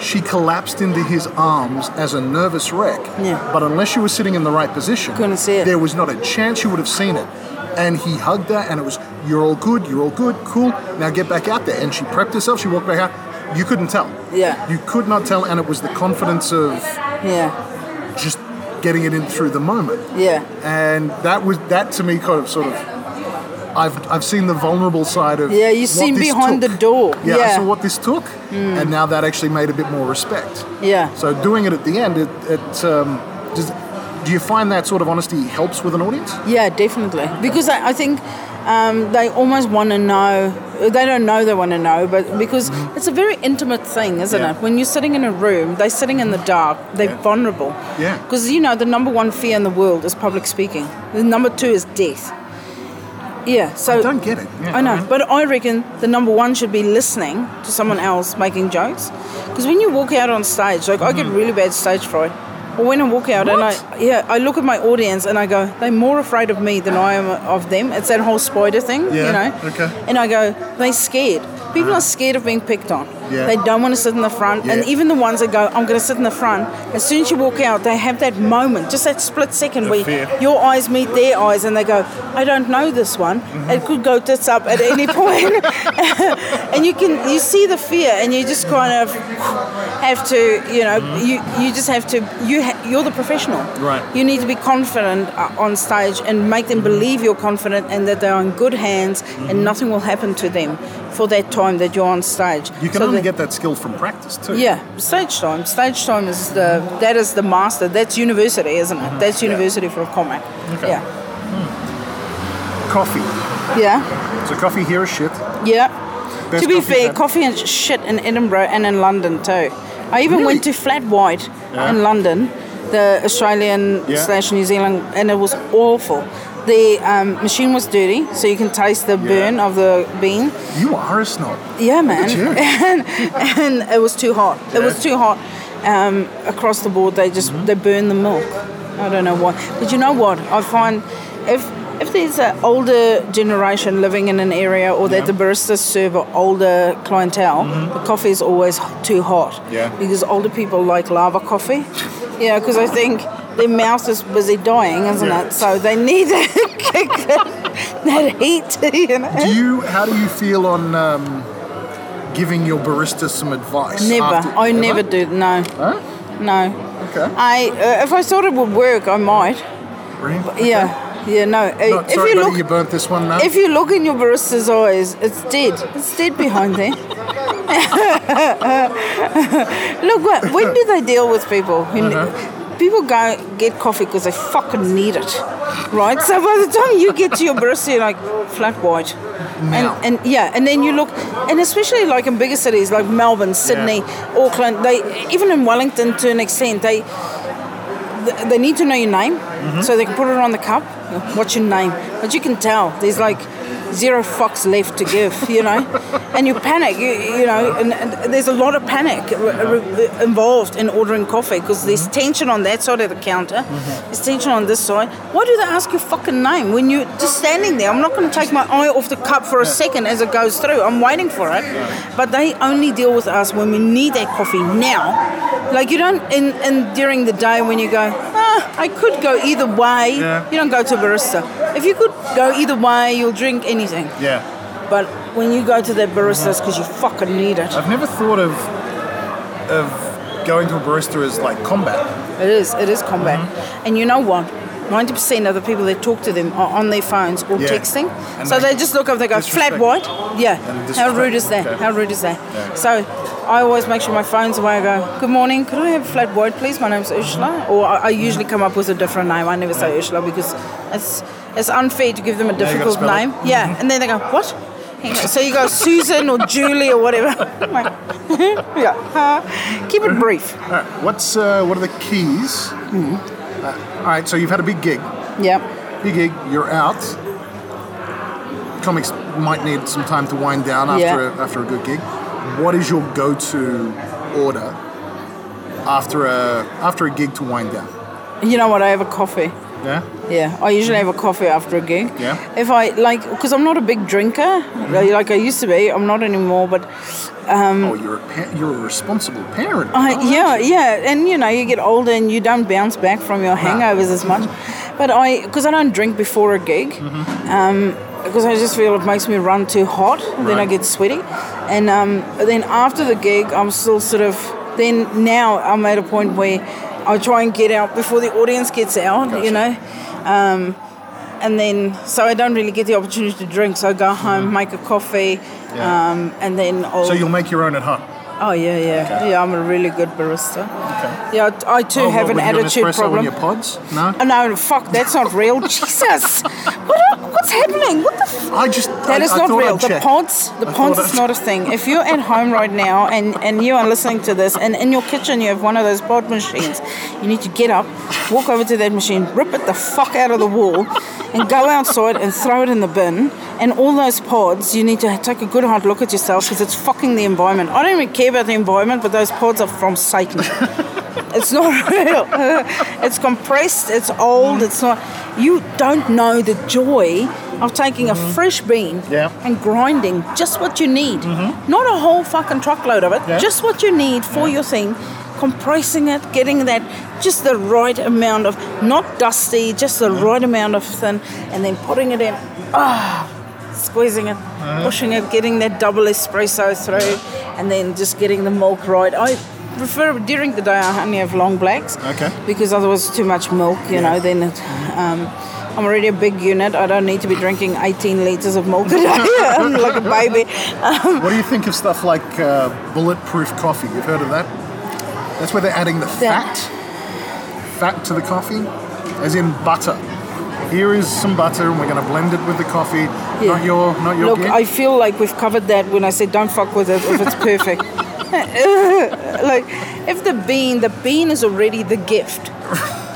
she collapsed into his arms as a nervous wreck. Yeah. But unless she was sitting in the right position, Couldn't see it. there was not a chance she would have seen it. And he hugged her, and it was, You're all good, you're all good, cool, now get back out there. And she prepped herself, she walked back out. You couldn't tell. Yeah. You could not tell, and it was the confidence of Yeah, just getting it in through the moment. yeah. And that was that to me kind of sort of I've, I've seen the vulnerable side of Yeah, you what seen this behind took. the door. Yeah, I Yeah. Hmm. saw what this took, and now that actually made a bit more respect. Yeah. So doing it at the end, it, it um, does, do you find that sort of honesty helps with an audience? Yeah, definitely. Because I, I think um, they almost want to know. They don't know they want to know, but because it's a very intimate thing, isn't Yeah. it? When you're sitting in a room, they're sitting in the dark. They're vulnerable. Yeah. Because you know the number one fear in the world is public speaking. The number two is death. Yeah. So I don't get it. Yeah, I know, right. but I reckon the number one should be listening to someone else making jokes. Because when you walk out on stage, like I get Mm-hmm. really bad stage fright. Or when I walk out and I yeah, I look at my audience and I go, they're more afraid of me than I am of them. It's that whole spider thing, you Yeah, know. okay. And I go, they're scared. People are scared of being picked on. Yeah. They don't want to sit in the front. And Yeah. even the ones that go, I'm going to sit in the front, as soon as you walk out, they have that moment, just that split second where fear. your eyes meet their eyes and they go, I don't know this one. Mm-hmm. It could go tits up at any point. and you can you see the fear and you just kind of have to, you know, you, you just have to you ha- you're the professional. Right. You need to be confident uh, on stage and make them believe you're confident and that they're in good hands Mm-hmm. and nothing will happen to them for that time that you're on stage. You can So only the- get that skill from practice too. yeah, stage time. Stage time is the that is the master. That's university, isn't it? That's university for a comic. Mm-hmm. Okay. Yeah. Coffee. Yeah. So coffee here is shit. Yeah. Best to be coffee fair, you've had? coffee and shit in Edinburgh and in London too. I even Really? went to Flat White Yeah. in London, the Australian Yeah. slash New Zealand, and it was awful. The um, machine was dirty, so you can taste the burn of the bean. You are a snob. Yeah, man. you. and, and it was too hot. It was too hot. um, across the board they just Mm-hmm. they burn the milk. I don't know why, but you know what? I find if if there's an older generation living in an area or that the baristas serve an older clientele, the coffee is always h- too hot. Mm-hmm. Yeah. Because older people like lava coffee. Yeah, because I think their mouth is busy dying, isn't Yeah. it? So they need to kick that, that heat, you know. Do you? How do you feel on um, giving your barista some advice? never. after- I never do. No. Huh? No. Okay. I uh, if I thought it would work, I might. Brilliant. Yeah. Yeah. No. Uh, Not, if sorry, you buddy, look, you burnt this one now. if you look in your barista's eyes, it's dead. It's dead behind there. look, what, when do they deal with people? Who, Uh-huh. ne- People go get coffee because they fucking need it, right? So by the time you get to your barista, you're like flat white. Now. And, and yeah, and then you look, and especially like in bigger cities like Melbourne, Sydney, Auckland, they even in Wellington to an extent, they th- they need to know your name so they can put it on the cup. What's your name? But you can tell there's like zero fucks left to give, you know. and you panic, you, you know. And, and there's a lot of panic re- re- involved in ordering coffee because there's tension on that side of the counter, there's tension on this side. Why do they ask your fucking name when you're just standing there? I'm not going to take my eye off the cup for a second as it goes through. I'm waiting for it. But they only deal with us when we need that coffee now. Like you don't in and during the day when you go, ah, I could go either way. Yeah. You don't go to a barista. If you could go either way, you'll drink anything. yeah. But when you go to that barista's because you fucking need it. I've never thought of of going to a barista as like combat. It is. It is combat. Mm-hmm. And you know what? Ninety percent of the people that talk to them are on their phones or Yeah. texting. And so they they, just look up. They go flat disrespect. white. Yeah. And How rude is disrespect. that? Okay. How rude is that? So I always make sure my phone's away. I go, good morning. Could I have flat white, please? My name's Ursula. Or I, I usually come up with a different name. I never say Ursula because it's it's unfair to give them a gotta difficult spell it. Mm-hmm. name. Yeah. And then they go, what? Hang on. So you go Susan or Julie or whatever. I'm like, yeah. Uh, keep it brief. All right. What's uh, what are the keys? Hmm. Uh, all right. So you've had a big gig. Yeah. Big gig. You're out. Comics might need some time to wind down after Yeah. a, after a good gig. What is your go-to order after a after a gig to wind down? You know what? I have a coffee. Yeah. Yeah, I usually have a coffee after a gig. Yeah. If I like, because I'm not a big drinker, like- like I used to be. I'm not anymore, but Mm. Oh, you're a pa- you're a responsible parent. I, Uh, yeah, yeah, and you know, you get older and you don't bounce back from your hangovers as much. But I, because I don't drink before a gig, Mm-hmm. because I just feel it makes me run too hot. Then I Right. get sweaty, and um, then after the gig, I'm still sort of. Then now I'm at a point where I try and get out before the audience gets out, you know, um, and then so I don't really get the opportunity to drink. So I go home, make a coffee, Mm-hmm. Yeah. um, and then I'll. So you'll make your own at home. oh yeah, yeah, yeah. I'm a really good barista. Okay. Yeah, I- I too Oh, have what, an with your attitude Nespresso problem. And your pods? No. Oh, no, fuck, that's not real. Jesus, what are, what's happening? What the? F- I just that I, is I not thought real. I'd The check. pods, the pods I thought is I'd- not a thing. If you're at home right now and, and you are listening to this and in your kitchen you have one of those pod machines, you need to get up, walk over to that machine, rip it the fuck out of the wall, and go outside and throw it in the bin. And all those pods, you need to take a good hard look at yourself because it's fucking the environment. I don't even care about the environment, but those pods are from Satan. It's not real. it's compressed. It's old. It's not. You don't know the joy of taking a fresh bean Yeah. Mm-hmm. and grinding just what you need, not a whole fucking truckload of it. Yeah. Just what you need for your thing. Compressing it, getting that just the right amount of not dusty, just the right amount of thin, and then putting it in. Ah, squeezing it, pushing it, getting that double espresso through, and then just getting the milk right. I prefer during the day I only have long blacks. Okay. Because otherwise too much milk, you know. Then it, um, I'm already a big unit. I don't need to be drinking 18 liters of milk a day. I'm like a baby. Um, What do you think of stuff like uh, bulletproof coffee? You've heard of that? That's where they're adding the That- fat, fat to the coffee, as in butter. Here is some butter, and we're going to blend it with the coffee. Yeah. Not your, not your. Look, gig. I feel like we've covered that when I said don't fuck with it if it's perfect. like, if the bean, the bean is already the gift.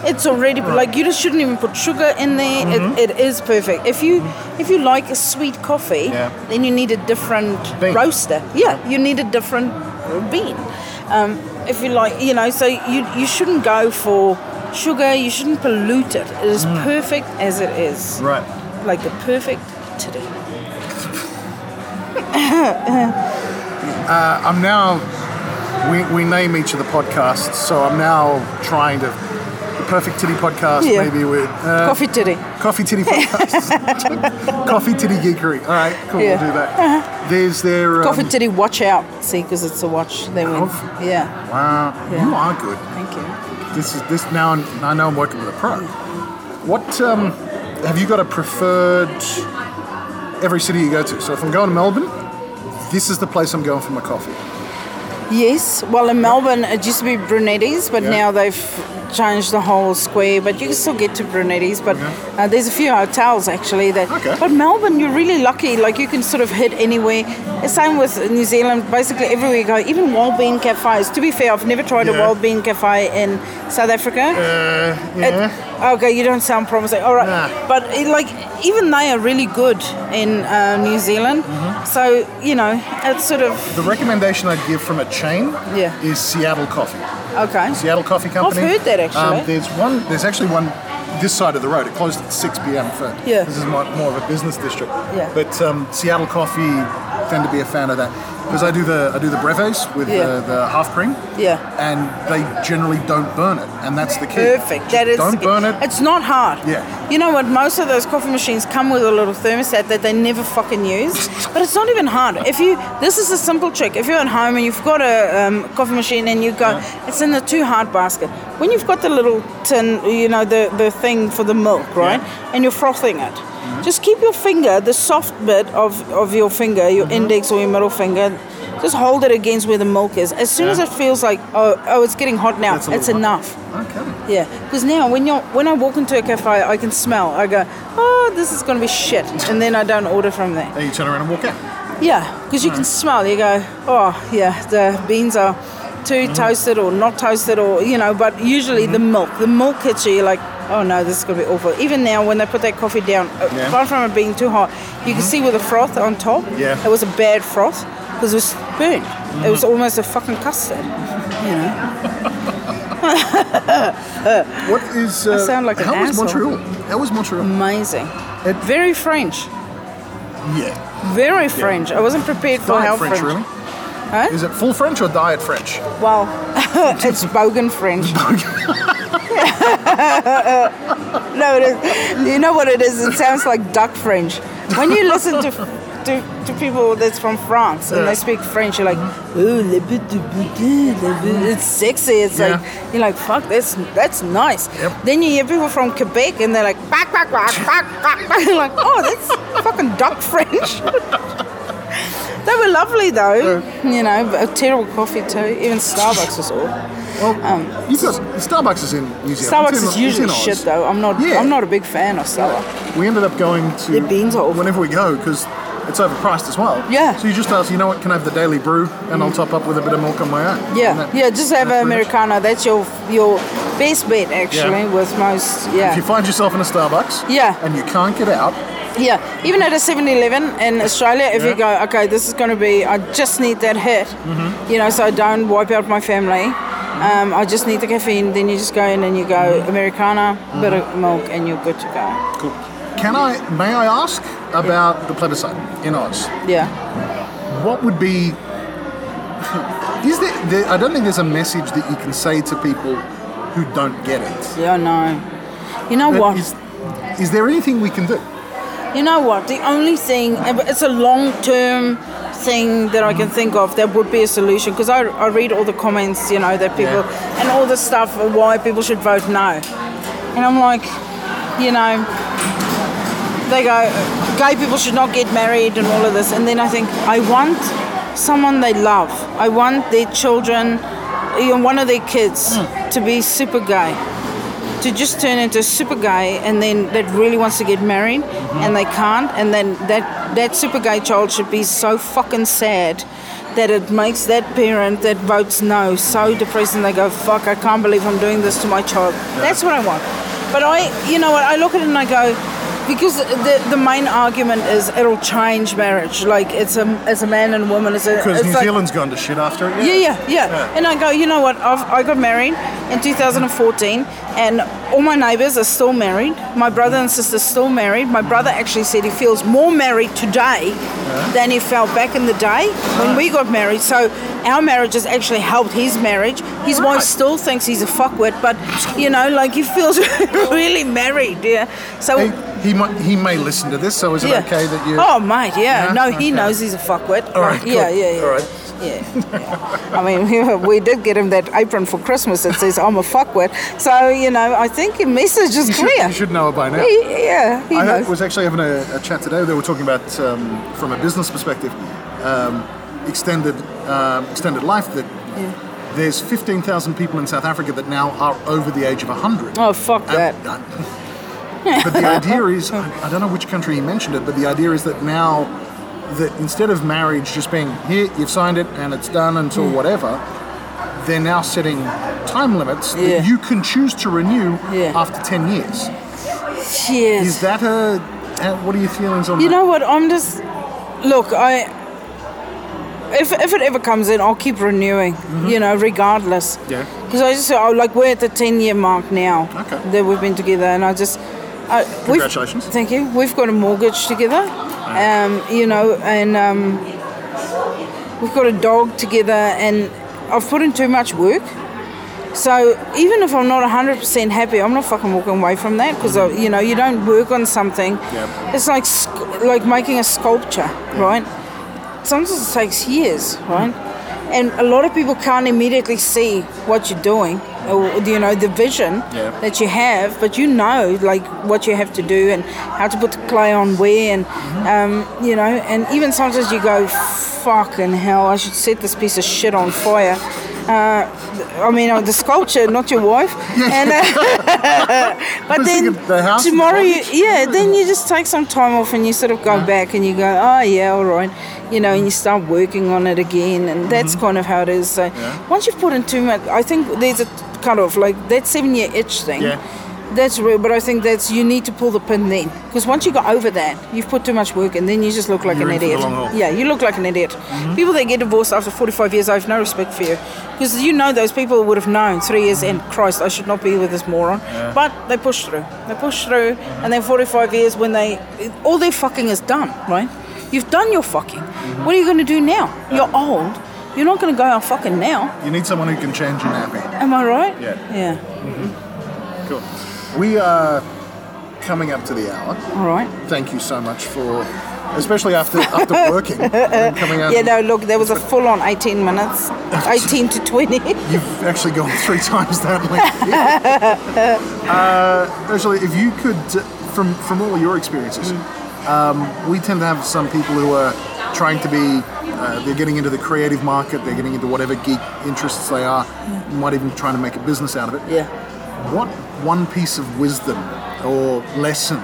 It's already like you just shouldn't even put sugar in there. Mm-hmm. It, it is perfect. If you if you like a sweet coffee, Yeah. then you need a different Bean. roaster. Yeah, you need a different bean. Um, if you like, you know. So you you shouldn't go for sugar. You shouldn't pollute it. It is perfect as it is. Mm. Right. Like the perfect titty. I'm now. We, we name each of the podcasts, so I'm now trying to. The Perfect Titty podcast, Yeah. maybe with. Uh, Coffee titty. Coffee Titty podcast. coffee Titty Geekery. All right, cool, Yeah. Uh-huh. we'll do that. There's their. um, Coffee titty. Watch out. See, because it's a watch. They win. Of? Yeah. Wow, Yeah. you are good. Thank you. This is this now. I'm- I know I'm working with a pro. What um, have you got a preferred? Every city you go to. So if I'm going to Melbourne, this is the place I'm going for my coffee. Yes. Well, in Melbourne, it used to be Brunetti's, but Yeah. now they've changed the whole square. But you can still get to Brunetti's. But uh, there's a few hotels actually that. Okay. But Melbourne, you're really lucky. Like you can sort of hit anywhere. The Same with New Zealand. Basically, everywhere you go, even wild bean cafes. To be fair, I've never tried a Yeah. wild bean cafe in South Africa. Uh, It- Yeah. okay, you don't sound promising. All right, Nah. but it, like even they are really good in uh, New Zealand. So you know, it's sort of the recommendation I'd give from a chain Yeah. is Seattle Coffee. okay. Seattle Coffee Company. heard that, actually. Um, there's one. There's actually one this side of the road. It closed at 6 p.m. for Yeah. this is more, more of a business district. Yeah. But um, Seattle Coffee tend to be a fan of that because I do the I do the breves with Yeah. the, the half cream. Yeah. And they generally don't burn it, and that's the key. Perfect. That is. Don't burn it. It's not hard. Yeah. You know what? Most of those coffee machines come with a little thermostat that they never fucking use. but it's not even hard. If you, this is a simple trick. If you're at home and you've got a um, coffee machine and you go, it's in the too hard basket. When you've got the little tin, you know, the the thing for the milk, right? And you're frothing it. Mm-hmm. Just keep your finger, the soft bit of, of your finger, your Mm-hmm. index or your middle finger, just hold it against where the milk is. As soon as it feels like, oh, oh, it's getting hot now, That's a it's little hot. enough. okay. Yeah, because now when you are when I walk into a cafe, I can smell. I go, oh, this is gonna be shit, and then I don't order from there. Then you turn around and walk out. Yeah, because you can Hmm. smell. You go, oh yeah, the beans are too Hmm. toasted or not toasted or you know. But usually the milk, the milk hits you. You're like, oh no, this is gonna be awful. Even now when they put that coffee down, uh, Yeah. Hmm. far from it being too hot, you can see with the froth on top. Yeah. Hmm. it was a bad froth because it was burnt. It was almost a fucking custard. What is? Uh, sound like an how was asshole. Montreal? How was Montreal? Amazing. It- Very French. Yeah. Very French. I wasn't prepared for how Diet French, French. really. Is it full French or diet French? Well, it's bogan French. no, it is. You know what it is? It sounds like duck French. When you listen to to, to people that's from France and they speak French, you're like, Mm-hmm. ooh, le but de boudin, le but-" it's sexy. It's Yeah. like you're like, fuck, that's that's nice. Yep. Then you hear people from Quebec and they're like, back, back, back, back, back, back. You're like, oh, that's fucking duck French. They were lovely though, you know. But a terrible coffee too. Even Starbucks was awful. Well, you've got Oh, Starbucks is in New Um, Zealand. Starbucks It's in- is it's usually in Oz. shit though. I'm not. Yeah. I'm not a big fan of Starbucks. We ended up going to The beans are awful. whenever we go because it's overpriced as well. Yeah. So you just ask, you know what? Can I have the daily brew and I'll top up with a bit of milk on my own. Yeah, And that- yeah. Just have that's an pretty much- americano. That's your your best bet actually with most. If you Yeah, find yourself in a Starbucks. Yeah. And you can't get out. yeah. Even at a 7-Eleven in Australia, if you go, okay, this is going to be. I just need that hit, Mm-hmm. you know, so I don't wipe out my family. Um, I just need the caffeine. Then you just go in and you go Mm-hmm. americano, bit of milk, and you're good to go. Cool. Can I? May I ask about the plebiscite in Oz? Yeah. What would be? Is there, there? I don't think there's a message that you can say to people who don't get it. Yeah. No. You know But what? Is, is there anything we can do? You know what? The only thing, it's a long term thing that I can think of that would be a solution because I, I read all the comments, you know, that people and all the stuff of why people should vote no. And I'm like, you know, they go, gay people should not get married and all of this. And then I think, I want someone they love. I want their children, you know, one of their kids to be super gay. To just turn into a super gay and then that really wants to get married Mm-hmm. and they can't. And then that, that super gay child should be so fucking sad that it makes that parent that votes no so depressed and they go, fuck, I can't believe I'm doing this to my child. That's what I want. But I, you know what, I look at it and I go, because the, the main argument is it'll change marriage. Like it's a it's a man and woman. It's a Because it's New like- Zealand's gone to shit after it. Yeah, yeah, yeah, Yeah. And I go, you know what? I've, I got married in 2014, and all my neighbours are still married. My brother and sister are still married. My brother actually said he feels more married today than he felt back in the day when we got married. So our marriage has actually helped his marriage. His wife still thinks he's a fuckwit, but you know, like he feels really married. Yeah. So. He, he might he may listen to this, so is it yeah. okay that you? Oh, mate, yeah. Yeah? No, he Okay. knows he's a fuckwit. All right, Yeah, cool. yeah, yeah. All right. Yeah. yeah. I mean, we did get him that apron for Christmas that says, I'm a fuckwit. So, you know, I think his message is you should, clear. you should know it by now. He- yeah, he I had- knows. was actually having a, a chat today. They were talking about um, from a business perspective, um, extended um, extended life. That there's 15,000 people in South Africa that now are over the age of 100. Oh, fuck that. but the idea is, I I don't know which country he mentioned it, but the idea is that now, that instead of marriage just being here, you've signed it and it's done until Mm. whatever, they're now setting time limits Yeah. that you can choose to renew Yeah. after 10 years. Yes. Is that a. uh, What are your feelings on You that? know what? I'm just look. I if if it ever comes in, I'll keep renewing. You know, regardless. Mm-hmm. Yeah. Because I just oh, like we're at the ten year mark now Okay. that we've been together, and I just. I, we've- Congratulations. Thank you. We've got a mortgage together, um, you know, and um, we've got a dog together, and I've put in too much work. So even if I'm not 100% happy, I'm not fucking walking away from that because you know you don't work on something. Yeah. It's like sc- like making a sculpture, right? Sometimes it takes years, right? And a lot of people can't immediately see what you're doing, or you know the vision Yeah. that you have, but you know like what you have to do and how to put the clay on where, and Mm-hmm. um, you know, and even sometimes you go, fucking hell, I should set this piece of shit on fire. Uh, I mean, uh, the sculpture, not your wife. And, uh, but was then thinking the house, the tomorrow, you, cottage. yeah, then you just take some time off and you sort of go back and you go, oh yeah, all right, you know, and you start working on it again, and that's Mm-hmm. kind of how it is. So once you've put in too much, I think there's a kind of like that seven-year itch thing. Yeah. That's real, but I think that's you need to pull the pin then, because once you got over that, you've put too much work, and then you just look like You're an in for the idiot. long haul. Yeah, you look like an idiot. People that get divorced after 45 years, I have no respect for you, because you know those people would have known three years in Christ, I should not be with this moron. But they push through. They push through, and then 45 years when they all their fucking is done, right? You've done your fucking. What are you going to do now? You're old. You're not going to go out fucking now. You need someone who can change you nappy. Am I right? Yeah. Yeah. Cool. We are coming up to the hour. All right. Thank you so much for, especially after after working and coming out. Yeah, no, look, there was a full on 18 minutes, 18 to 20. You've actually gone three times that length. uh, actually, if you could, uh, from from all your experiences, um, we tend to have some people who are trying to be. Uh, they're getting into the creative market. They're getting into whatever geek interests they are. Might even trying to make a business out of it. yeah. What one piece of wisdom or lesson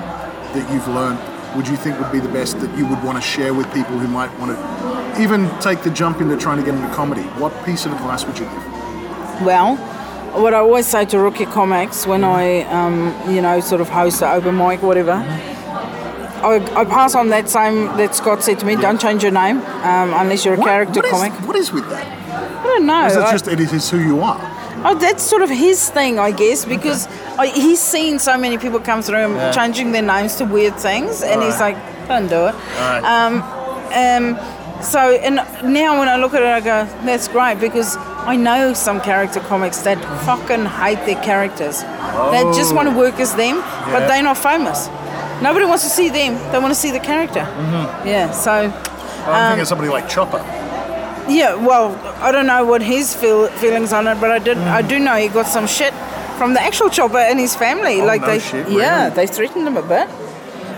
that you've learned would you think would be the best that you would want to share with people who might want to even take the jump into trying to get into comedy? What piece of advice would you give? Well, what I always say to Rookie Comics when I, um, you know, sort of host an open mic, whatever, I, I pass on that same that Scott said to me don't change your name um, unless you're a What- character what is- comic. what is with that? I don't know. Is it I- just it is who you are? Oh, that's sort of his thing, I guess, because I, he's seen so many people come through him changing their names to weird things, and he's like, don't do it. Um, um, so, and now when I look at it, I go, that's great, because I know some character comics that fucking hate their characters. They just want to work as them, but they're not famous. Nobody wants to see them, they want to see the character. Yeah, so. I'm thinking of somebody like Chopper. Yeah, well, I don't know what his feel, feelings on it, but I did. Mm. I do know he got some shit from the actual chopper and his family. Oh, like no they, shit, yeah, really? Oh. they threatened him a bit.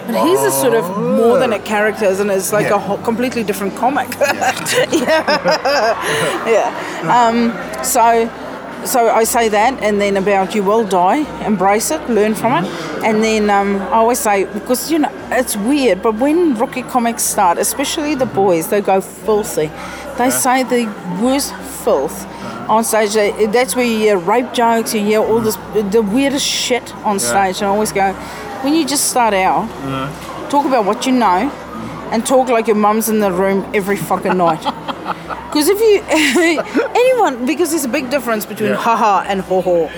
But he's a sort of more than a character, isn't it? It's like a Yeah. whole, completely different comic. Yeah. yeah. Um, so, so I say that, and then about you will die, embrace it, learn from it, and then um, I always say because you know it's weird, but when rookie comics start, especially the boys, they go filthy. They say the worst filth on stage. They- That's where you hear rape jokes, you hear all this the weirdest shit on stage, and I always go when you just start out, talk about what you know, and talk like your mum's in the room every fucking night. Because if you anyone, because there's a big difference between Yeah. Mm-hmm. Oh. haha and ho ho.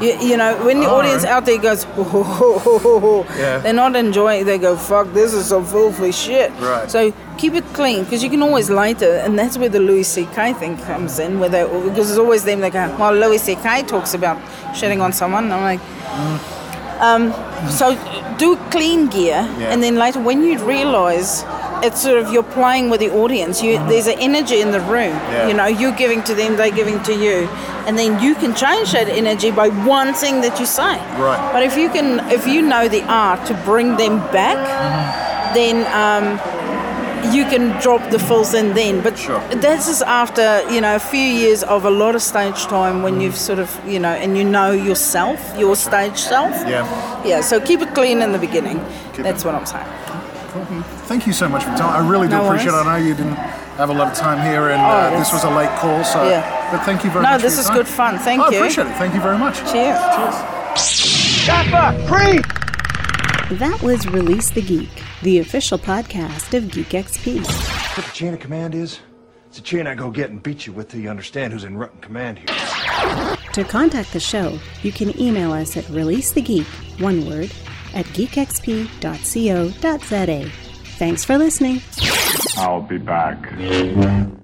You, you know, when the audience out there goes ho ho ho ho ho, ho Yeah. they're not enjoying. it. They go fuck, this is some filthy shit. Right. So keep it clean because you can always light it, and that's where the Louis C.K. thing comes in. Where they because there's always them that go, well, Louis C.K. talks about shitting on someone. And I'm like. Um, so do clean gear, Yeah. and then later when you realise it's sort of you're playing with the audience, you, there's an energy in the room. Mm-hmm. Yeah. You know, you're giving to them, they're giving to you, and then you can change that energy by one thing that you say. Right. But if you can, if you know the art to bring them back, Mm-hmm. then. Um, you can drop the fills in then, but Sure. that's just after you know a few years of a lot of stage time Mm-hmm. when you've sort of you know and you know yourself, your stage self. Yeah. Yeah, so keep it clean in the beginning. That's what I'm saying. Thank you so much for your time. I really do No appreciate worries. it. I know you didn't have a lot of time here, and Oh, uh, that's- this was a late call, so. Yeah. But thank you very No, much. for this your is time. good fun. Thank Oh, you. I appreciate it. Thank you very much. Cheers. That was Release the Geek, the official podcast of Geek XP. What the chain of command is? It's a chain I go get and beat you with till you understand who's in rotten command here. To contact the show, you can email us at releasethegeek, one word, at geekxp.co.za. Thanks for listening. I'll be back.